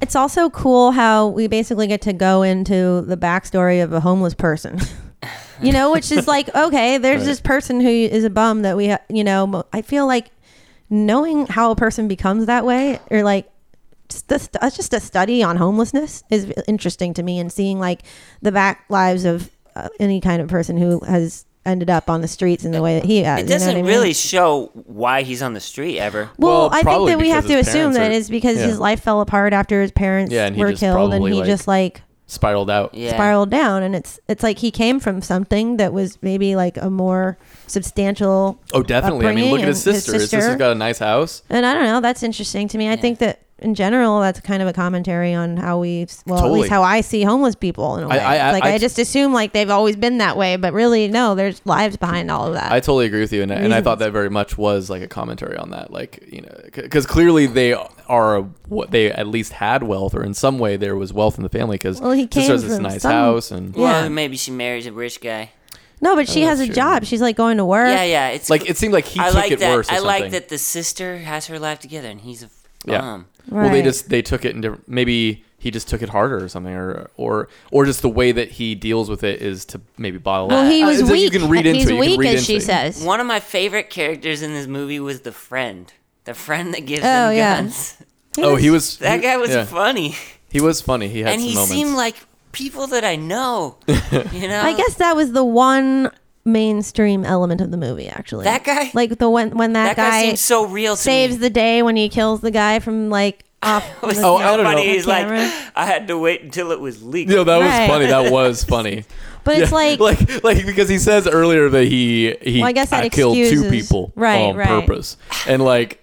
B: It's also cool how we basically get to go into the backstory of a homeless person. you know, which is
C: <laughs>
B: like, okay, there's this person who is a bum that we, ha- you know, mo- I feel like knowing how a person becomes that way or like just the st- it's just a study on homelessness is interesting to me and seeing like the back lives of uh, any kind of person who has ended up on the streets in the way that he has.
C: It
B: you know what
C: doesn't
B: I mean?
C: really show why he's on the street ever.
A: Well,
B: Well, I think
A: probably
B: that we
A: because
B: have to
A: his
B: assume
A: parents
B: that
A: are-
B: it's because
A: yeah.
B: his life fell apart after his parents
A: Yeah, and he
B: were
A: just
B: killed, and
A: probably,
B: he
A: like-
B: just like
A: Spiraled out.
C: Yeah.
B: spiraled down. And it's it's like he came from something that was maybe like a more substantial.
A: Oh, definitely. I mean,
B: upbringing
A: look at his
B: and
A: sister. His, sister's got a nice house.
B: and I don't know. That's interesting to me. I think that in general, that's kind of a commentary on how we, well, at
A: Totally.
B: least how I see homeless people in a way.
A: I- I-
B: It's like
A: I-
B: I, just assume like they've always been that way, but really, no. There's lives behind all of that.
A: I totally agree with you, and, and I thought that very much was like a commentary on that, like you know, because clearly they are what they at least had wealth, or in some way there was wealth in the family. Because
B: Well, he
A: sister
B: came
A: has this
B: from
A: nice
B: some-
A: house, and
B: Yeah.
C: Well, maybe she marries a rich guy.
B: no, but she
A: Oh,
B: has a
A: that's true.
B: job. She's like going to work.
C: Yeah, yeah. It's
A: like it seemed like he
C: I
A: took
C: like
A: it
C: that.
A: worse. Or
C: I
A: something.
C: like that the sister has her life together and he's a
A: Yeah.
C: bum.
A: Well, they
B: Right.
A: just they took it in different. Maybe he just took it harder or something, or or or just the way that he deals with it is to maybe bottle.
B: Well,
A: up.
B: he
A: Uh,
B: was
A: it's like
B: weak.
A: You can read into
B: He's
A: it. You can
B: weak,
A: read
B: as
A: into
B: she
A: it.
B: says.
C: One of my favorite characters in this movie was the friend. The friend that gives
B: Oh,
C: them
B: yeah.
C: guns.
A: Oh, he was.
C: That guy was
A: yeah.
C: funny.
A: He was funny. He had
C: and
A: some
C: he
A: moments.
C: seemed like people that
A: <laughs>
C: I know. You know?
B: I guess that was the one mainstream element of the movie, actually.
C: That guy?
B: like the when when that,
C: that guy,
B: guy,
C: seems so real to
B: saves
C: me.
B: the day when he kills the guy from
C: <laughs>
B: like off.
C: It was
A: Oh,
C: so
A: I don't know.
C: funny. He's like,
B: Camera.
C: I had to wait until it was leaked.
A: yeah, that was
B: Right.
A: funny.
B: <laughs>
A: That was funny.
B: but it's
A: Yeah, <laughs>
B: like,
A: like like because he says earlier that he he
B: Well, I guess that
A: I killed two
B: excuses-
A: people
B: right,
A: on
B: right.
A: purpose and like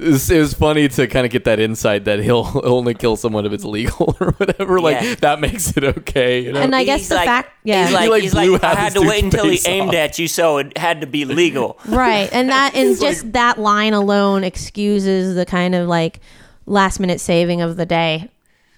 A: it was, it was funny to kind of get that insight that he'll, he'll <laughs> only kill someone if it's legal <laughs> or whatever like
C: Yeah.
A: that makes it okay you know?
B: And I guess
C: He's
B: the
C: like-
B: fact- yeah.
C: He's
B: He,
C: like,
A: like,
C: he's
A: blew
C: like I
A: out
C: had
A: this
C: to
A: dude's
C: wait until he
A: face
C: aimed
A: off.
C: at you, so it had to
A: <laughs>
C: be legal.
B: right, and that and just that line alone excuses the kind of like last minute saving of the day.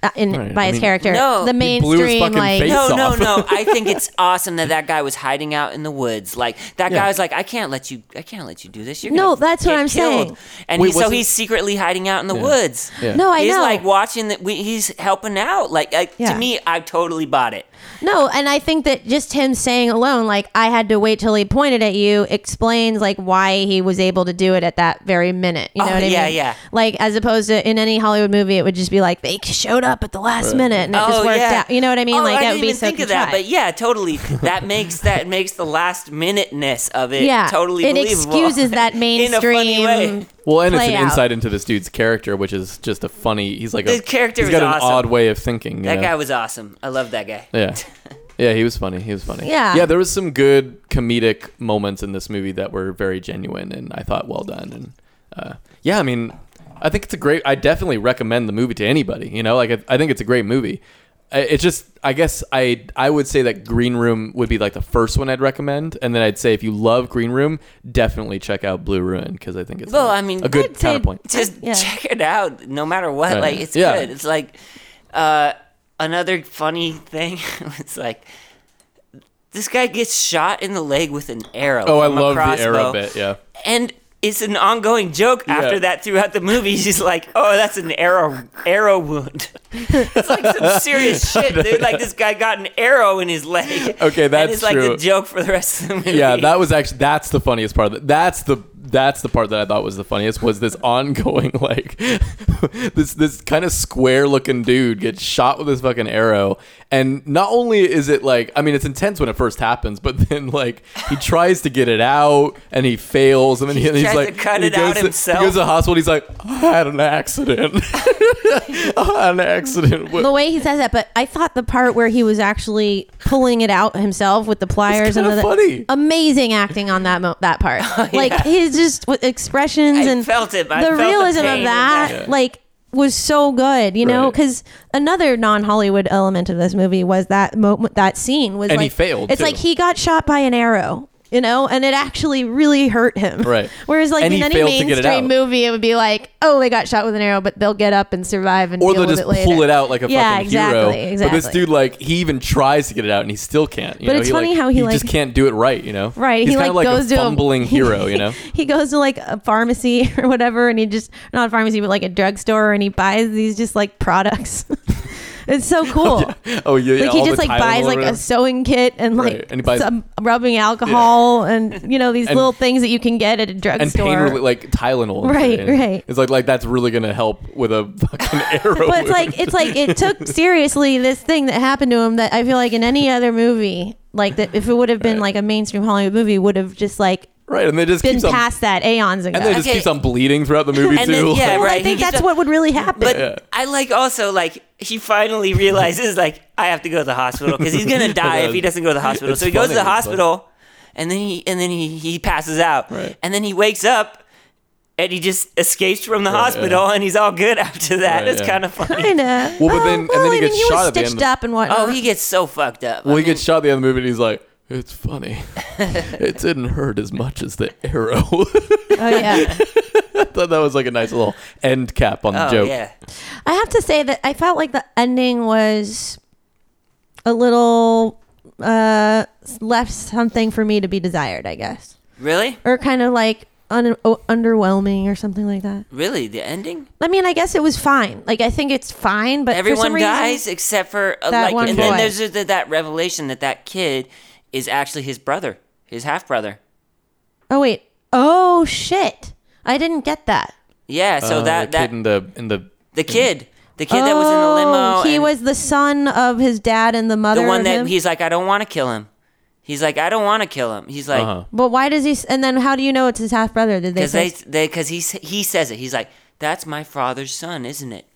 B: uh, in
A: Right,
B: by
A: I
B: his
A: mean-
B: character,
C: No.
B: the
A: He blew his
B: mainstream
A: fucking
B: like
A: face
C: No, no,
A: off.
C: no.
A: <laughs>
C: I think it's awesome that that guy was hiding out in the woods. Like that
A: Yeah.
C: guy was like, I can't let you. I can't let you do this. You're
B: No,
C: gonna
B: that's what
C: get
B: I'm
C: killed."
B: saying.
C: And
A: Wait,
C: he, so
A: wasn't-
C: he's secretly hiding out in the woods.
A: Yeah.
B: no, Oh, I
C: he's
B: know.
C: like watching that. We, he's helping out. Like I,
B: Yeah.
C: to me, I totally bought it.
B: No, and I think that just him saying alone, like I had to wait till he pointed at you, explains like why he was able to do it at that very minute. You know
C: Oh,
B: what I
C: yeah,
B: mean?
C: yeah.
B: Like as opposed to in any Hollywood movie, it would just be like they showed up at the last minute and it just worked out. You know what I mean?
C: Oh,
B: like that
C: I didn't
B: would be
C: even
B: so
C: think of that, but
B: contrived.
C: yeah, totally.
B: <laughs>
C: That makes that makes the last minuteness of it
B: yeah,
C: totally
B: It
C: believable.
B: excuses that
C: <laughs> in a funny way.
B: mainstream.
A: well and it's an
B: play out.
A: insight into this dude's character which is just a funny he's like a
C: The character
A: he's
C: is
A: got an
C: awesome.
A: odd way of thinking you
C: That
A: know?
C: guy was awesome. I love that guy.
A: Yeah. Yeah, he was funny. He was funny.
B: Yeah.
A: Yeah, there was some good comedic moments in this movie that were very genuine and I thought well done. And uh, yeah, I mean, I think it's a great. I definitely recommend the movie to anybody. You know, like I, I think it's a great movie. I- It's just, I guess I I would say that Green Room would be like the first one I'd recommend, and then I'd say if you love Green Room, definitely check out Blue Ruin because I think it's
C: Well,
A: a-
C: I mean,
A: a good
B: I'd say-
A: counterpoint.
C: just
B: Yeah.
C: check it out no matter what
A: Right.
C: like it's
A: Yeah.
C: good it's like uh, another funny thing <laughs> was like this guy gets shot in the leg with an arrow
A: Oh, I
C: from a
A: love the arrow
C: crossbow.
A: bit. Yeah.
C: and it's an ongoing joke
A: Yeah.
C: after that throughout the movie he's just like oh that's an arrow arrow wound <laughs> it's
A: <laughs>
C: like some serious shit dude like this guy got an arrow in his leg
A: <laughs> Okay,
C: and
A: that's
C: it's like
A: true.
C: the joke for the rest of the movie
A: yeah that was actually that's the funniest part of it. that's the that's the part that i thought was the funniest was this <laughs> ongoing like <laughs> this this kind of square looking dude gets shot with his fucking arrow and not only is it like i mean it's intense when it first happens but <laughs> then like he tries to get it out and he fails and then he, and he's
C: tries
A: like
C: to cut
A: he
C: it out
A: goes to-
C: himself.
A: he goes to the hospital he's like i had an accident <laughs> i had an accident
B: The way he says that, but I thought the part where he was actually pulling it out himself with the pliers and
A: kinda
B: the,
A: funny. Oh,
B: amazing acting on that mo-
A: <laughs>
B: that part. Like his just w- expressions
C: I
B: and
C: felt it, I
B: the
C: felt the
B: realism
C: pain
B: of
C: of
B: that,
C: that.
B: like was so good, you know,
A: Right.
B: because another non-Hollywood element of this movie was that moment, that scene was
A: And he
B: like-
A: failed,
B: It's
A: too.
B: like he got shot by an arrow. you know, and it actually really hurt him.
A: Right.
B: <laughs> Whereas, like
A: And
B: in
A: he
B: any
A: failed to get it
B: mainstream
A: out.
B: movie, it would be like, oh, they got shot with an arrow, but they'll get up and survive and
A: or
B: deal
A: they'll
B: with
A: just
B: it later.
A: pull it out like a
B: Yeah,
A: fucking
B: exactly,
A: hero. But this
B: exactly.
A: dude, like, he even tries to get it out and he still can't. You
B: But
A: know?
B: it's
A: he,
B: funny
A: like,
B: how he,
A: just
B: like-
A: can't do it right. You know,
B: Right,
A: He's
B: he
A: kind
B: like
A: of like
B: goes
A: a
B: to
A: fumbling hero. You know,
B: <laughs>
A: <laughs>
B: he goes to like a pharmacy <laughs> or whatever, and he just not a pharmacy, but like a drugstore, and he buys these just like products. <laughs> it's so cool.
A: oh <laughs> yeah, yeah
B: Like he
A: all
B: just
A: the
B: like
A: Tylenol
B: buys
A: or
B: like a
A: whatever.
B: sewing kit and like
A: Right, and he buys-
B: some rubbing alcohol and you know these
A: And-
B: little things that you can get at a
A: and
B: drugstore.
A: pain relief, like Tylenol. and
B: Right,
A: shit, you know?
B: right.
A: It's like like that's really gonna help with a <laughs>
B: <laughs>
A: fucking arrow.
B: but
A: wound.
B: it's like it's like it took seriously this thing that happened to him that I feel like in any other movie, like that if it would have been like a mainstream Hollywood movie, would have just like
A: <laughs> right, and they just
B: been
A: keeps on,
B: past that aeons ago.
A: and they just
C: Okay.
A: keeps on bleeding throughout the movie
C: And
A: too.
C: then-
A: <laughs>
C: yeah,
A: like-
B: well, I
C: right,
B: think
C: he
B: that's
C: just-
B: what would really happen.
C: But
A: Yeah.
C: I like also like he finally realizes like I have to go to the hospital because
A: <laughs>
C: he's gonna die if he doesn't go to the hospital.
A: It's
C: so he goes to the
A: funny, it's like-
C: hospital, and then he and then he he passes out,
A: Right.
C: and then he wakes up. And he just escapes from the
A: Right,
C: hospital, and he's all good after that.
A: Right,
C: it's
A: yeah.
C: kind of funny.
B: Kinda.
A: Well, but then- and then he gets
B: Oh, was
A: shot at the end
B: stitched
A: of-
B: up and whatnot.
C: Oh, he gets so fucked up.
A: Well, he gets shot at the end of the movie, and he's like, "It's
B: <laughs>
A: funny. it didn't hurt as much as the arrow." <laughs>
B: oh yeah.
A: I thought that was like a nice little end cap on the
C: oh
A: joke.
C: yeah,
B: <laughs> I have to say that I felt like the ending was a little uh left something for me to be desired, I guess,
C: really,
B: or kind of like un- o- underwhelming or something like that.
C: really, the ending.
B: I mean, I guess it was fine. Like I think it's fine, but for
C: Everyone
B: some reason,
C: dies except for uh,
B: That
C: like,
B: one
C: and
B: boy.
C: then there's just that- that revelation that that kid is actually his brother, his half brother.
B: Oh wait. Oh shit. I didn't get that.
C: Yeah, so
A: Uh,
C: that
A: the
C: that
A: kid in the in the
C: The kid. The kid that was in the
B: Oh,
C: limo.
B: He
C: and
B: was the son of his dad and the mother.
C: the one
B: of
C: that
B: him.
C: he's like, I don't want to kill him. He's like, I don't want to kill him. He's
A: Uh-huh.
C: like,
B: But why does he? s- And then how do you know it's his half brother? Did they?
C: because they,
B: Say,
C: they, because he, s- he says it. He's like, that's my father's son, isn't it?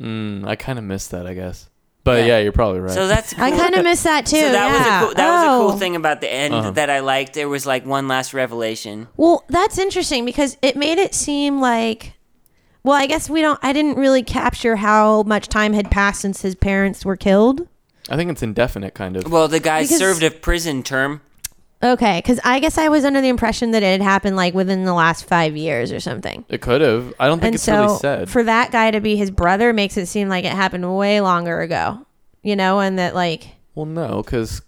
A: mm, I kind of missed that, I guess. But yeah,
C: Yeah.
A: you're probably right.
C: So that's. <laughs> Cool.
B: I kind of miss that too.
C: So that
B: yeah.
C: was a cool, that
B: oh.
C: was a cool thing about the end
A: Uh-huh.
C: that I liked. There was like one last revelation.
B: Well, that's interesting because it made it seem like. Well, I guess we don't. I didn't really capture how much time had passed since his parents were killed.
A: I think it's indefinite, kind of.
C: Well, the guy
B: Because-
C: served a prison term.
B: Okay, because I guess I was under the impression that it had happened like within the last five years or something.
A: It could have. I don't think
B: and
A: it's
B: so
A: really said.
B: for that guy to be his brother makes it seem like it happened way longer ago you know and that like
A: well, no, because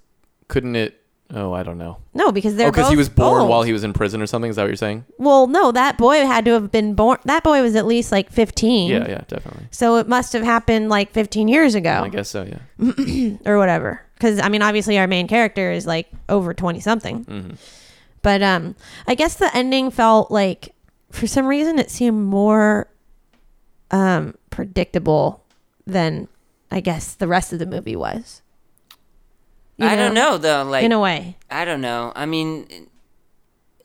A: couldn't it? Oh, I don't know.
B: no because they're
A: Oh, because he
B: both
A: was born
B: old.
A: while he was in prison or something. Is that what you're saying?
B: well no that boy had to have been born that boy was at least like 15
A: Yeah, yeah, definitely.
B: so it must have happened like 15 years ago
A: I guess so.
C: <laughs>
A: Yeah.
B: or whatever because i mean obviously our main character is like over 20 something
A: Mm-hmm.
B: but um i guess the ending felt like for some reason it seemed more um predictable than i guess the rest of the movie was You
C: I don't know though. Like
B: in a way
C: I don't know. I mean,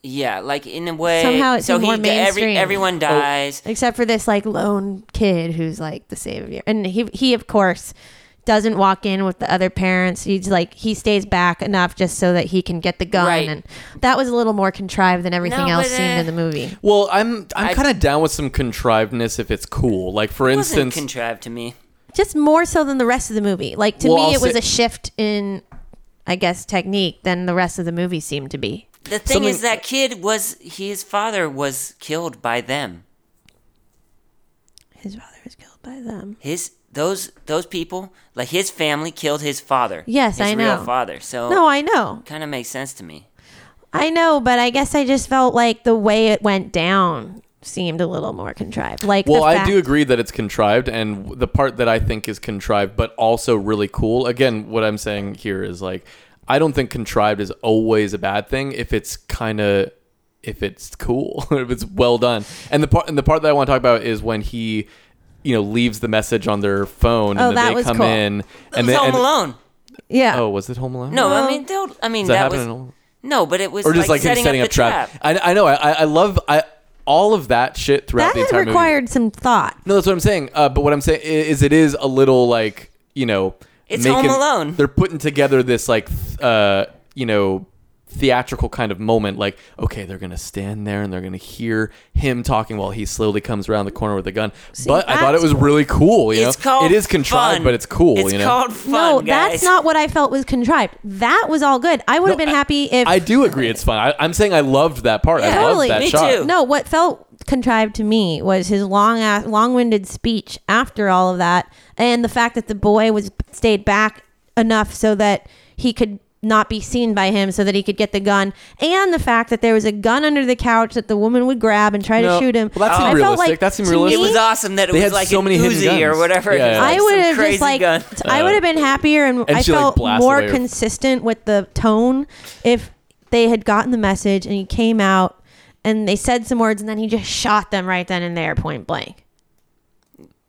C: yeah, like in a way.
B: Somehow it
C: so
B: seemed
C: he,
B: more mainstream.
C: every,
A: Oh,
C: everyone dies.
B: except for this like lone kid who's like the savior and he he of course doesn't walk in with the other parents he's like he stays back enough just so that he can get the gun
C: Right.
B: and that was a little more contrived than everything
C: No,
B: else
C: but,
B: seen
C: uh,
B: in the movie
A: Well, I'm I'm
C: I-
A: kind of down with some contrivedness if it's cool. Like for
C: It wasn't
A: instance,
C: contrived to me.
B: just more so than the rest of the movie like to
A: Well,
B: me
A: I'll
B: it was
A: say-
B: a shift in i guess technique than the rest of the movie seemed to be
C: The thing
A: Something-
C: is, that kid was his father was killed by them.
B: his father was killed by them
C: His those those people, like his family, killed his father.
B: Yes,
C: his
B: I
C: real
B: know.
C: father. So
B: no i know
C: kind of makes sense to me.
B: i know but i guess i just felt like the way it went down seemed a little more contrived like
A: Well,
B: the
A: I
B: fact-
A: do agree that it's contrived, and w- the part that I think is contrived, but also really cool. Again, what I'm saying here is like, I don't think contrived is always a bad thing if it's kind of if it's cool, <laughs> if it's well done. And the part and the part that I want to talk about is when he, you know, leaves the message on their phone,
B: Oh,
A: and
B: that
A: then they
B: was
A: come
B: cool.
A: in, and
C: It was
A: then
C: Home
A: and-
C: Alone.
B: yeah
A: oh, was it Home Alone?
C: No,
B: Well,
C: I mean, they'll, I mean
A: Does that,
C: that,
A: happen in Home
C: was no, but it was
A: or just
C: like,
A: like, him
C: setting, up the trap.
A: I, I know. I- I I love I all of that shit throughout
B: that
A: the entire movie.
B: required some thought.
A: No, that's what I'm saying. Uh, but what I'm saying i- is, it is a little like you know,
C: It's Home Alone.
A: They're putting together this like, th- uh, you know, theatrical kind of moment like okay they're gonna stand there and they're gonna hear him talking while he slowly comes around the corner with a gun but i thought it
B: that's
A: was really cool you
C: It's
A: know
C: called
A: it is contrived
C: fun.
A: but it's cool
C: It's
A: you know
C: called fun,
B: no,
C: guys.
B: that's not what I felt was contrived. That was all good. I would have been happy if
A: i do agree it's fun I, i'm saying i loved that part i loved
B: Totally.
A: that
B: Me
A: shot
C: too.
B: No, what felt contrived to me was his long ass, long-winded speech after all of that, and the fact that the boy was stayed back enough so that he could not be seen by him, so that he could get the gun, and the fact that there was a gun under the couch that the woman would grab and try
A: No.
B: to shoot him.
A: Well, that
B: I
A: seemed
B: felt
A: realistic.
B: like,
A: That seemed
B: to
A: realistic.
C: it
B: me,
C: was awesome that it
A: They
C: was
A: had
C: like
A: so
C: an
A: many hidden
C: Uzi or
A: guns.
C: whatever.
A: Yeah, yeah.
C: Like
B: I
C: some
B: would have
C: crazy
B: just like
C: gun.
A: <laughs>
C: Uh,
B: I would have been happier and,
A: And
B: I
A: she, like,
B: felt
A: blasted
B: more
A: away her-
B: consistent with the tone if they had gotten the message and he came out and they said some words and then he just shot them right then and there point blank.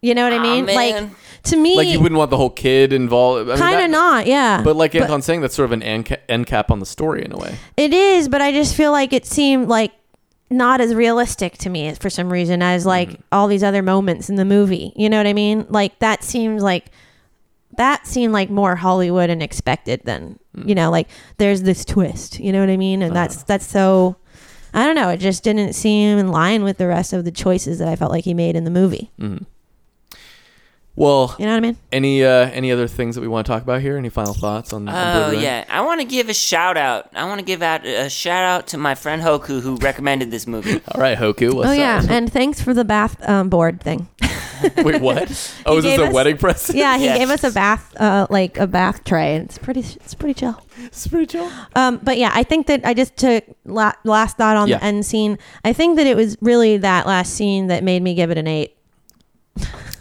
B: You know what I
C: Aw,
B: mean?
C: man.
B: Like to me
A: like you wouldn't want the whole kid involved I mean,
B: kind
A: that-
B: of not, yeah.
A: but like Anton's saying that's sort of an end ca- end cap on the story in a way
B: It is, but I just feel like it seemed like not as realistic to me for some reason as like all these other moments in the movie. You know what I mean? Like that seems like that seemed like more Hollywood and expected than you know, like there's this twist. You know what I mean? And that's that's so I don't know. It just didn't seem in line with the rest of the choices that I felt like he made in the movie.
A: well
B: You know what I mean?
A: any uh any other things that we want to talk about here any final thoughts on on
C: Oh
A: Blue Ruin?
C: yeah, I want to give a shout out. I want to give out a shout out to my friend Hoku who recommended
A: <laughs>
C: this movie.
A: all right hoku what's
B: oh yeah,
A: up?
B: and thanks for the bath um, board thing.
A: <laughs>
B: <laughs>
A: wait what oh
B: He
A: is this
B: gave
A: a
B: us-
A: wedding present
B: <laughs> Yeah, he
C: Yeah.
B: gave us a bath, uh, like a bath tray. and It's pretty, it's pretty chill.
A: <laughs> spiritual
B: Um, but yeah, I think that I just took la- last thought on
A: Yeah.
B: the end scene. I think that it was really that last scene that made me give it an eight.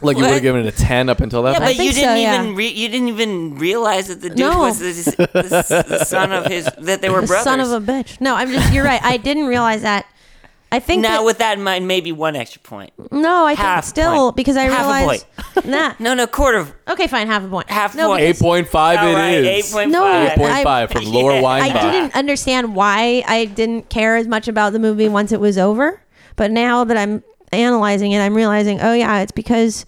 A: like you would have
C: What?
A: given it a 10 up until that
C: Yeah,
A: point.
C: but you
B: think so,
C: didn't
B: yeah.
C: even re- you didn't even realize that the dude
B: No.
C: was the, the, the son of his that <laughs> they were
B: The
C: brothers.
B: son of a bitch. No, I'm just. You're right. I didn't realize that. I think
C: now
B: that,
C: with that in mind, maybe one extra point.
B: no, I think
C: half
B: still
C: point.
B: because I
C: Half a
B: realized <laughs> nah.
C: No, no, quarter. of-
B: Okay, fine, half a point.
C: Half
B: no,
C: point.
B: because
A: 8.5
C: All
A: it
C: right,
A: is.
C: 8.5.
B: No, I-
A: 8.5
C: <laughs>
A: from Lower
C: Yeah.
A: Weinbach.
B: I didn't understand why I didn't care as much about the movie once it was over. But now that I'm analyzing it, I'm realizing, oh yeah, it's because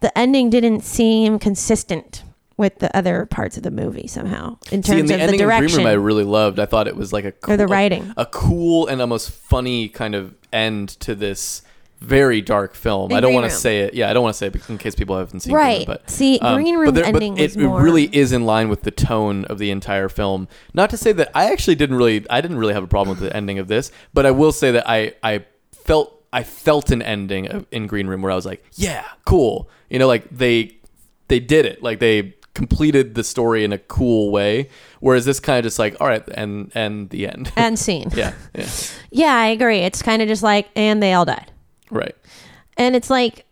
B: the ending didn't seem consistent with the other parts of the movie somehow in
A: See,
B: terms
A: in the
B: of the
A: ending in Green
B: direction.
A: Room, I really loved. I thought it was like a cool,
B: Or the writing.
A: a cool and almost funny kind of end to this very dark film.
B: In
A: I don't
B: Green
A: want to
B: Room.
A: say it. Yeah, I don't want to say it in case people haven't seen.
B: Right.
A: Green Room, but
B: See, Green Room ending
A: it,
B: was more-
A: it really is in line with the tone of the entire film. Not to say that I actually didn't really, I didn't really have a problem with the ending of this, but I will say that I, I felt. I felt an ending of- in Green Room where I was like, "Yeah, cool." You know, like they they did it like they completed the story in a cool way whereas this kind of just like all right and and the end <laughs>
B: and scene.
A: yeah, yeah
B: yeah, I agree. It's kind of just like, and they all died.
A: right <laughs>
B: And it's like,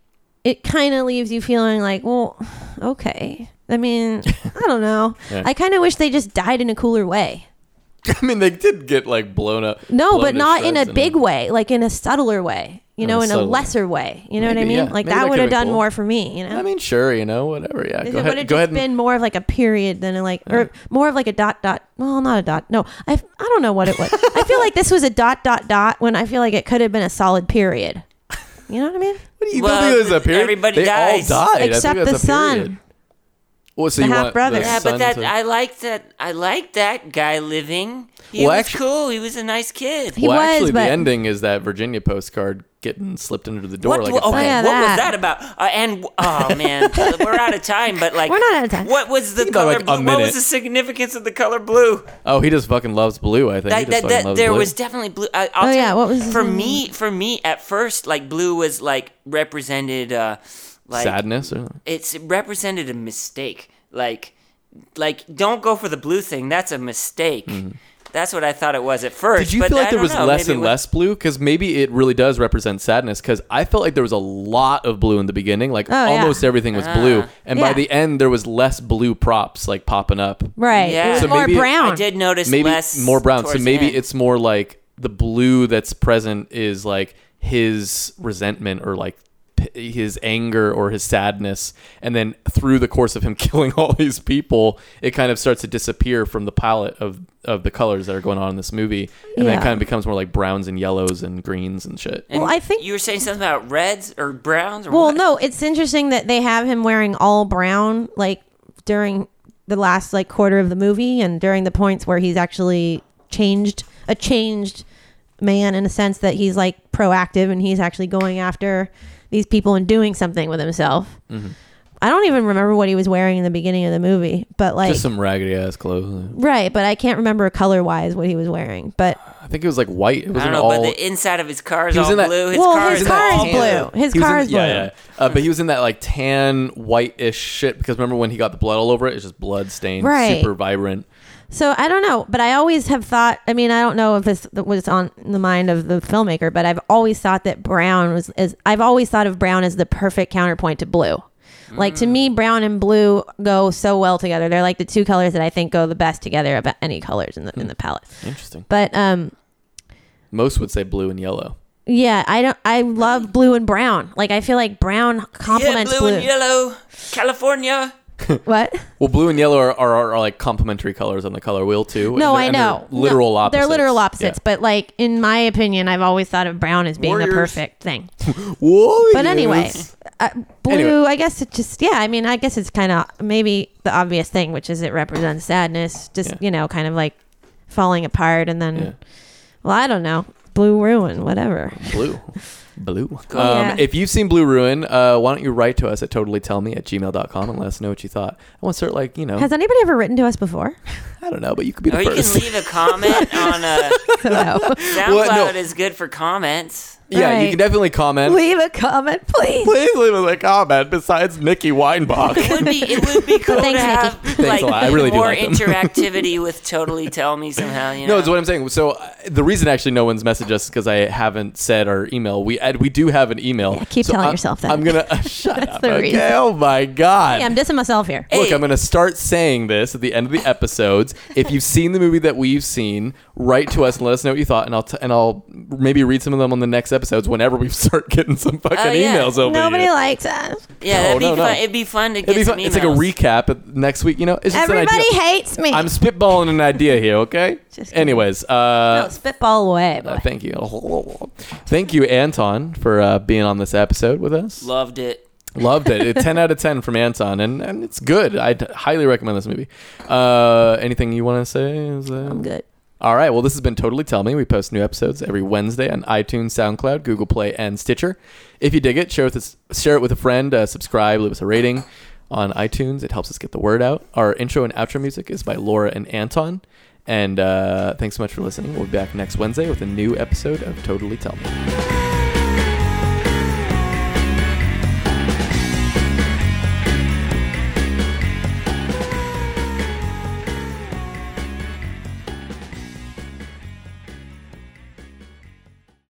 B: it kind of leaves you feeling like, well, okay.
A: <laughs>
B: I mean, I don't know.
A: Yeah.
B: I kind of wish they just died in a cooler way.
A: i mean they did get like blown up
B: No,
A: blown
B: but
A: to
B: not in a
A: shreds and-
B: big way, like in a subtler way, you
A: In
B: know,
A: a
B: in a
A: subtler way.
B: lesser way. You know what I
A: Maybe,
B: mean?
A: yeah.
B: Like
A: Maybe that
B: that would
A: could've
B: have done
A: been
B: more for me, you know.
A: i mean sure you know whatever yeah
B: If
A: go
B: it would
A: ahead
B: have
A: go
B: just
A: ahead and
B: been more of like a period than a like, or more of like a dot dot. Well, not a dot. No, I, f- I don't know what it was. I feel like this was a dot dot dot when I feel like it could have been a solid period. You know what I mean?
A: what do you
C: Well,
A: don't think it was a period
C: everybody
A: they
C: dies.
A: all died
B: Except
A: I think that's
B: the
A: a
B: son.
A: period. well so
B: The
A: you want
B: half-brother.
A: the
C: Yeah,
A: son
C: but that
A: to-
C: I like that. I like that guy living. He
A: Well,
C: was
A: actu-
C: cool. He was a nice kid.
B: He
A: well
B: was,
A: actually the
B: but-
A: ending is that virginia postcard getting slipped under the door
C: What,
A: like
C: okay,
A: it's
C: what
A: like-
B: yeah,
C: was
B: that.
C: that about? Uh, and oh man, <laughs> we're out of time. But like,
B: We're not out of time.
C: What was the
A: Think about,
C: color?
A: like, a
C: blue? What
A: minute.
C: was the significance of the color blue?
A: oh he just fucking loves blue i think He just
C: That, that,
A: fucking
C: that,
A: loves
C: there
A: blue.
C: was definitely blue. I, I'll
B: Oh,
C: tell
B: yeah,
C: you,
B: what was-
C: for me? For me, at first, like blue was like represented, uh, like
A: sadness or
C: it's it represented a mistake. Like, like don't go for the blue thing. That's a mistake. That's what I thought it was at first.
A: Mm-hmm. Did you
C: but
A: feel like
C: I
A: there
C: don't
A: was
C: know,
A: less
C: maybe it
A: and
C: was-
A: less blue? Because maybe it really does represent sadness. Because I felt like there was a lot of blue in the beginning. Like
B: Oh, yeah.
A: almost everything was blue,
C: Ah.
A: and by
B: Yeah.
A: the end there was less blue props like popping up.
B: Right.
C: Yeah.
B: It was
C: So
B: more
A: maybe it-
B: brown.
C: I did notice
A: Maybe
C: less
A: more brown. So
C: towards
A: maybe
C: the end.
A: it's more like the blue that's present is like his resentment or like p- his anger or his sadness and then through the course of him <laughs> killing all these people it kind of starts to disappear from the palette of of the colors that are going on in this movie and then it
B: Yeah.
A: kind of becomes more like browns and yellows and greens and shit
C: And
B: Well, I think-
C: you were saying something about reds or browns. Or
B: Well,
C: what?
B: no, it's interesting that they have him wearing all brown like during the last like quarter of the movie and during the points where he's actually changed a changed man in a sense that he's like proactive and he's actually going after these people and doing something with himself. I don't even remember what he was wearing in the beginning of the movie, but like
A: Just some raggedy ass clothes.
B: right, but I can't remember color wise what he was wearing. But
A: I think it was like white. It was
C: I
A: an
C: don't know,
A: all.
C: but the inside of his car is
A: He was
C: all
A: in that-
C: blue. His
B: well,
C: car
B: his
C: is
B: car
C: all
B: is blue. His
A: he was
B: car
A: in-
B: is blue.
A: yeah, yeah. Uh, but he was in that like tan, whitish shit. Because remember when he got the blood all over it? It's just blood stained,
B: Right.
A: super vibrant.
B: So I don't know, but I always have thought. I mean, I don't know if this was on the mind of the filmmaker, but I've always thought that brown was is. I've always thought of brown as the perfect counterpoint to blue. Like to
A: Mm.
B: me, brown and blue go so well together. They're like the two colors that I think go the best together of any colors in the in the palette.
A: Interesting.
B: But um,
A: Most would say blue and yellow.
B: yeah, I don't. I love blue and brown. Like I feel like brown
C: Yeah,
B: complements
C: blue, and yellow. California.
B: What?
A: Well, blue and yellow are, are, are, like complementary colors on the color wheel too. and
B: No,
A: they're-
B: I
A: and they're
B: know. No,
A: literal opposites.
B: They're literal
A: Yeah.
B: opposites. But like in my opinion, I've always thought of brown as being
A: Warriors.
B: the perfect thing.
A: Warriors.
B: But anyway, uh, blue.
A: Anyway.
B: I guess it just yeah. I mean, I guess it's kind of maybe the obvious thing, which is it represents sadness, just
A: Yeah.
B: you know, kind of like falling apart, and then
A: Yeah.
B: well, I don't know, blue ruin, whatever.
A: blue.
B: <laughs>
A: Blue. Um,
B: Yeah.
A: If you've seen Blue Ruin, uh, why don't you write to us at totallytellme at gmail.com and let us know what you thought. I want to start, like, you know,
B: Has anybody ever written to
A: <laughs>
B: us before?
A: I don't know, but you could be
C: Or
A: the
C: you can
A: first.
C: leave a comment on uh,
B: Hello.
C: SoundCloud
A: What? No.
C: is good for comments.
A: <laughs> yeah, you
B: Right.
A: can definitely comment.
B: <laughs> Leave a comment, please.
A: Please leave us a comment "Ah, besides Nikki
B: <laughs>
A: Weinbach.
C: It would be it would
A: <laughs>
C: be cool
B: Thanks,
C: to have
A: a lot.
C: like
A: I really do
C: more
A: like them. <laughs>
C: interactivity with totally tell me somehow. You know?
A: No, it's what I'm saying. So uh, the reason actually no one's messaged us because I haven't said our email. We Ed, we do have an email.
B: Yeah, keep
A: So
B: telling
A: I-
B: yourself that.
A: I'm
B: <laughs>
A: gonna <laughs> shut up.
B: the
A: Okay.
B: reason.
A: Oh my god.
B: Hey, I'm dissing myself here.
A: Look,
C: Hey.
A: I'm going to start saying this at the end of the episodes. if you've seen the movie that we've seen, write to us and let us know what you thought, and I'll t- and I'll maybe read some of them on the next episodes whenever we <laughs> start getting some fucking
C: Oh, yeah.
A: emails over
B: Nobody
A: here.
B: likes us.
A: No,
C: yeah, that'd be
A: no, no.
C: fun. It'd be fun to get
A: It'd be
C: some
A: fun. It's like a
C: emails.
A: recap of next week. You know, it's just an
B: Everybody
A: idea.
B: hates
A: <laughs>
B: me.
A: I'm spitballing an idea here, okay?
B: Just kidding.
A: Anyways,
B: no,
A: uh,
B: spitball away. Boy.
A: uh, thank you, thank you, Anton, for uh, being on this episode with us.
C: Loved it.
A: Loved it. It- 10 out of 10 from Anton, and, and it's good. I highly recommend this movie. Uh, anything you want to say? Is, uh,
B: I'm good.
A: All right. Well, this has been Totally Tell Me. We post new episodes every Wednesday on iTunes, SoundCloud, Google Play, and Stitcher. If you dig it, share, with us, share it with a friend, uh, subscribe, leave us a rating on iTunes. It helps us get the word out. Our intro and outro music is by Laura and Anton. And uh, thanks so much for listening. We'll be back next Wednesday with a new episode of Totally Tell Me.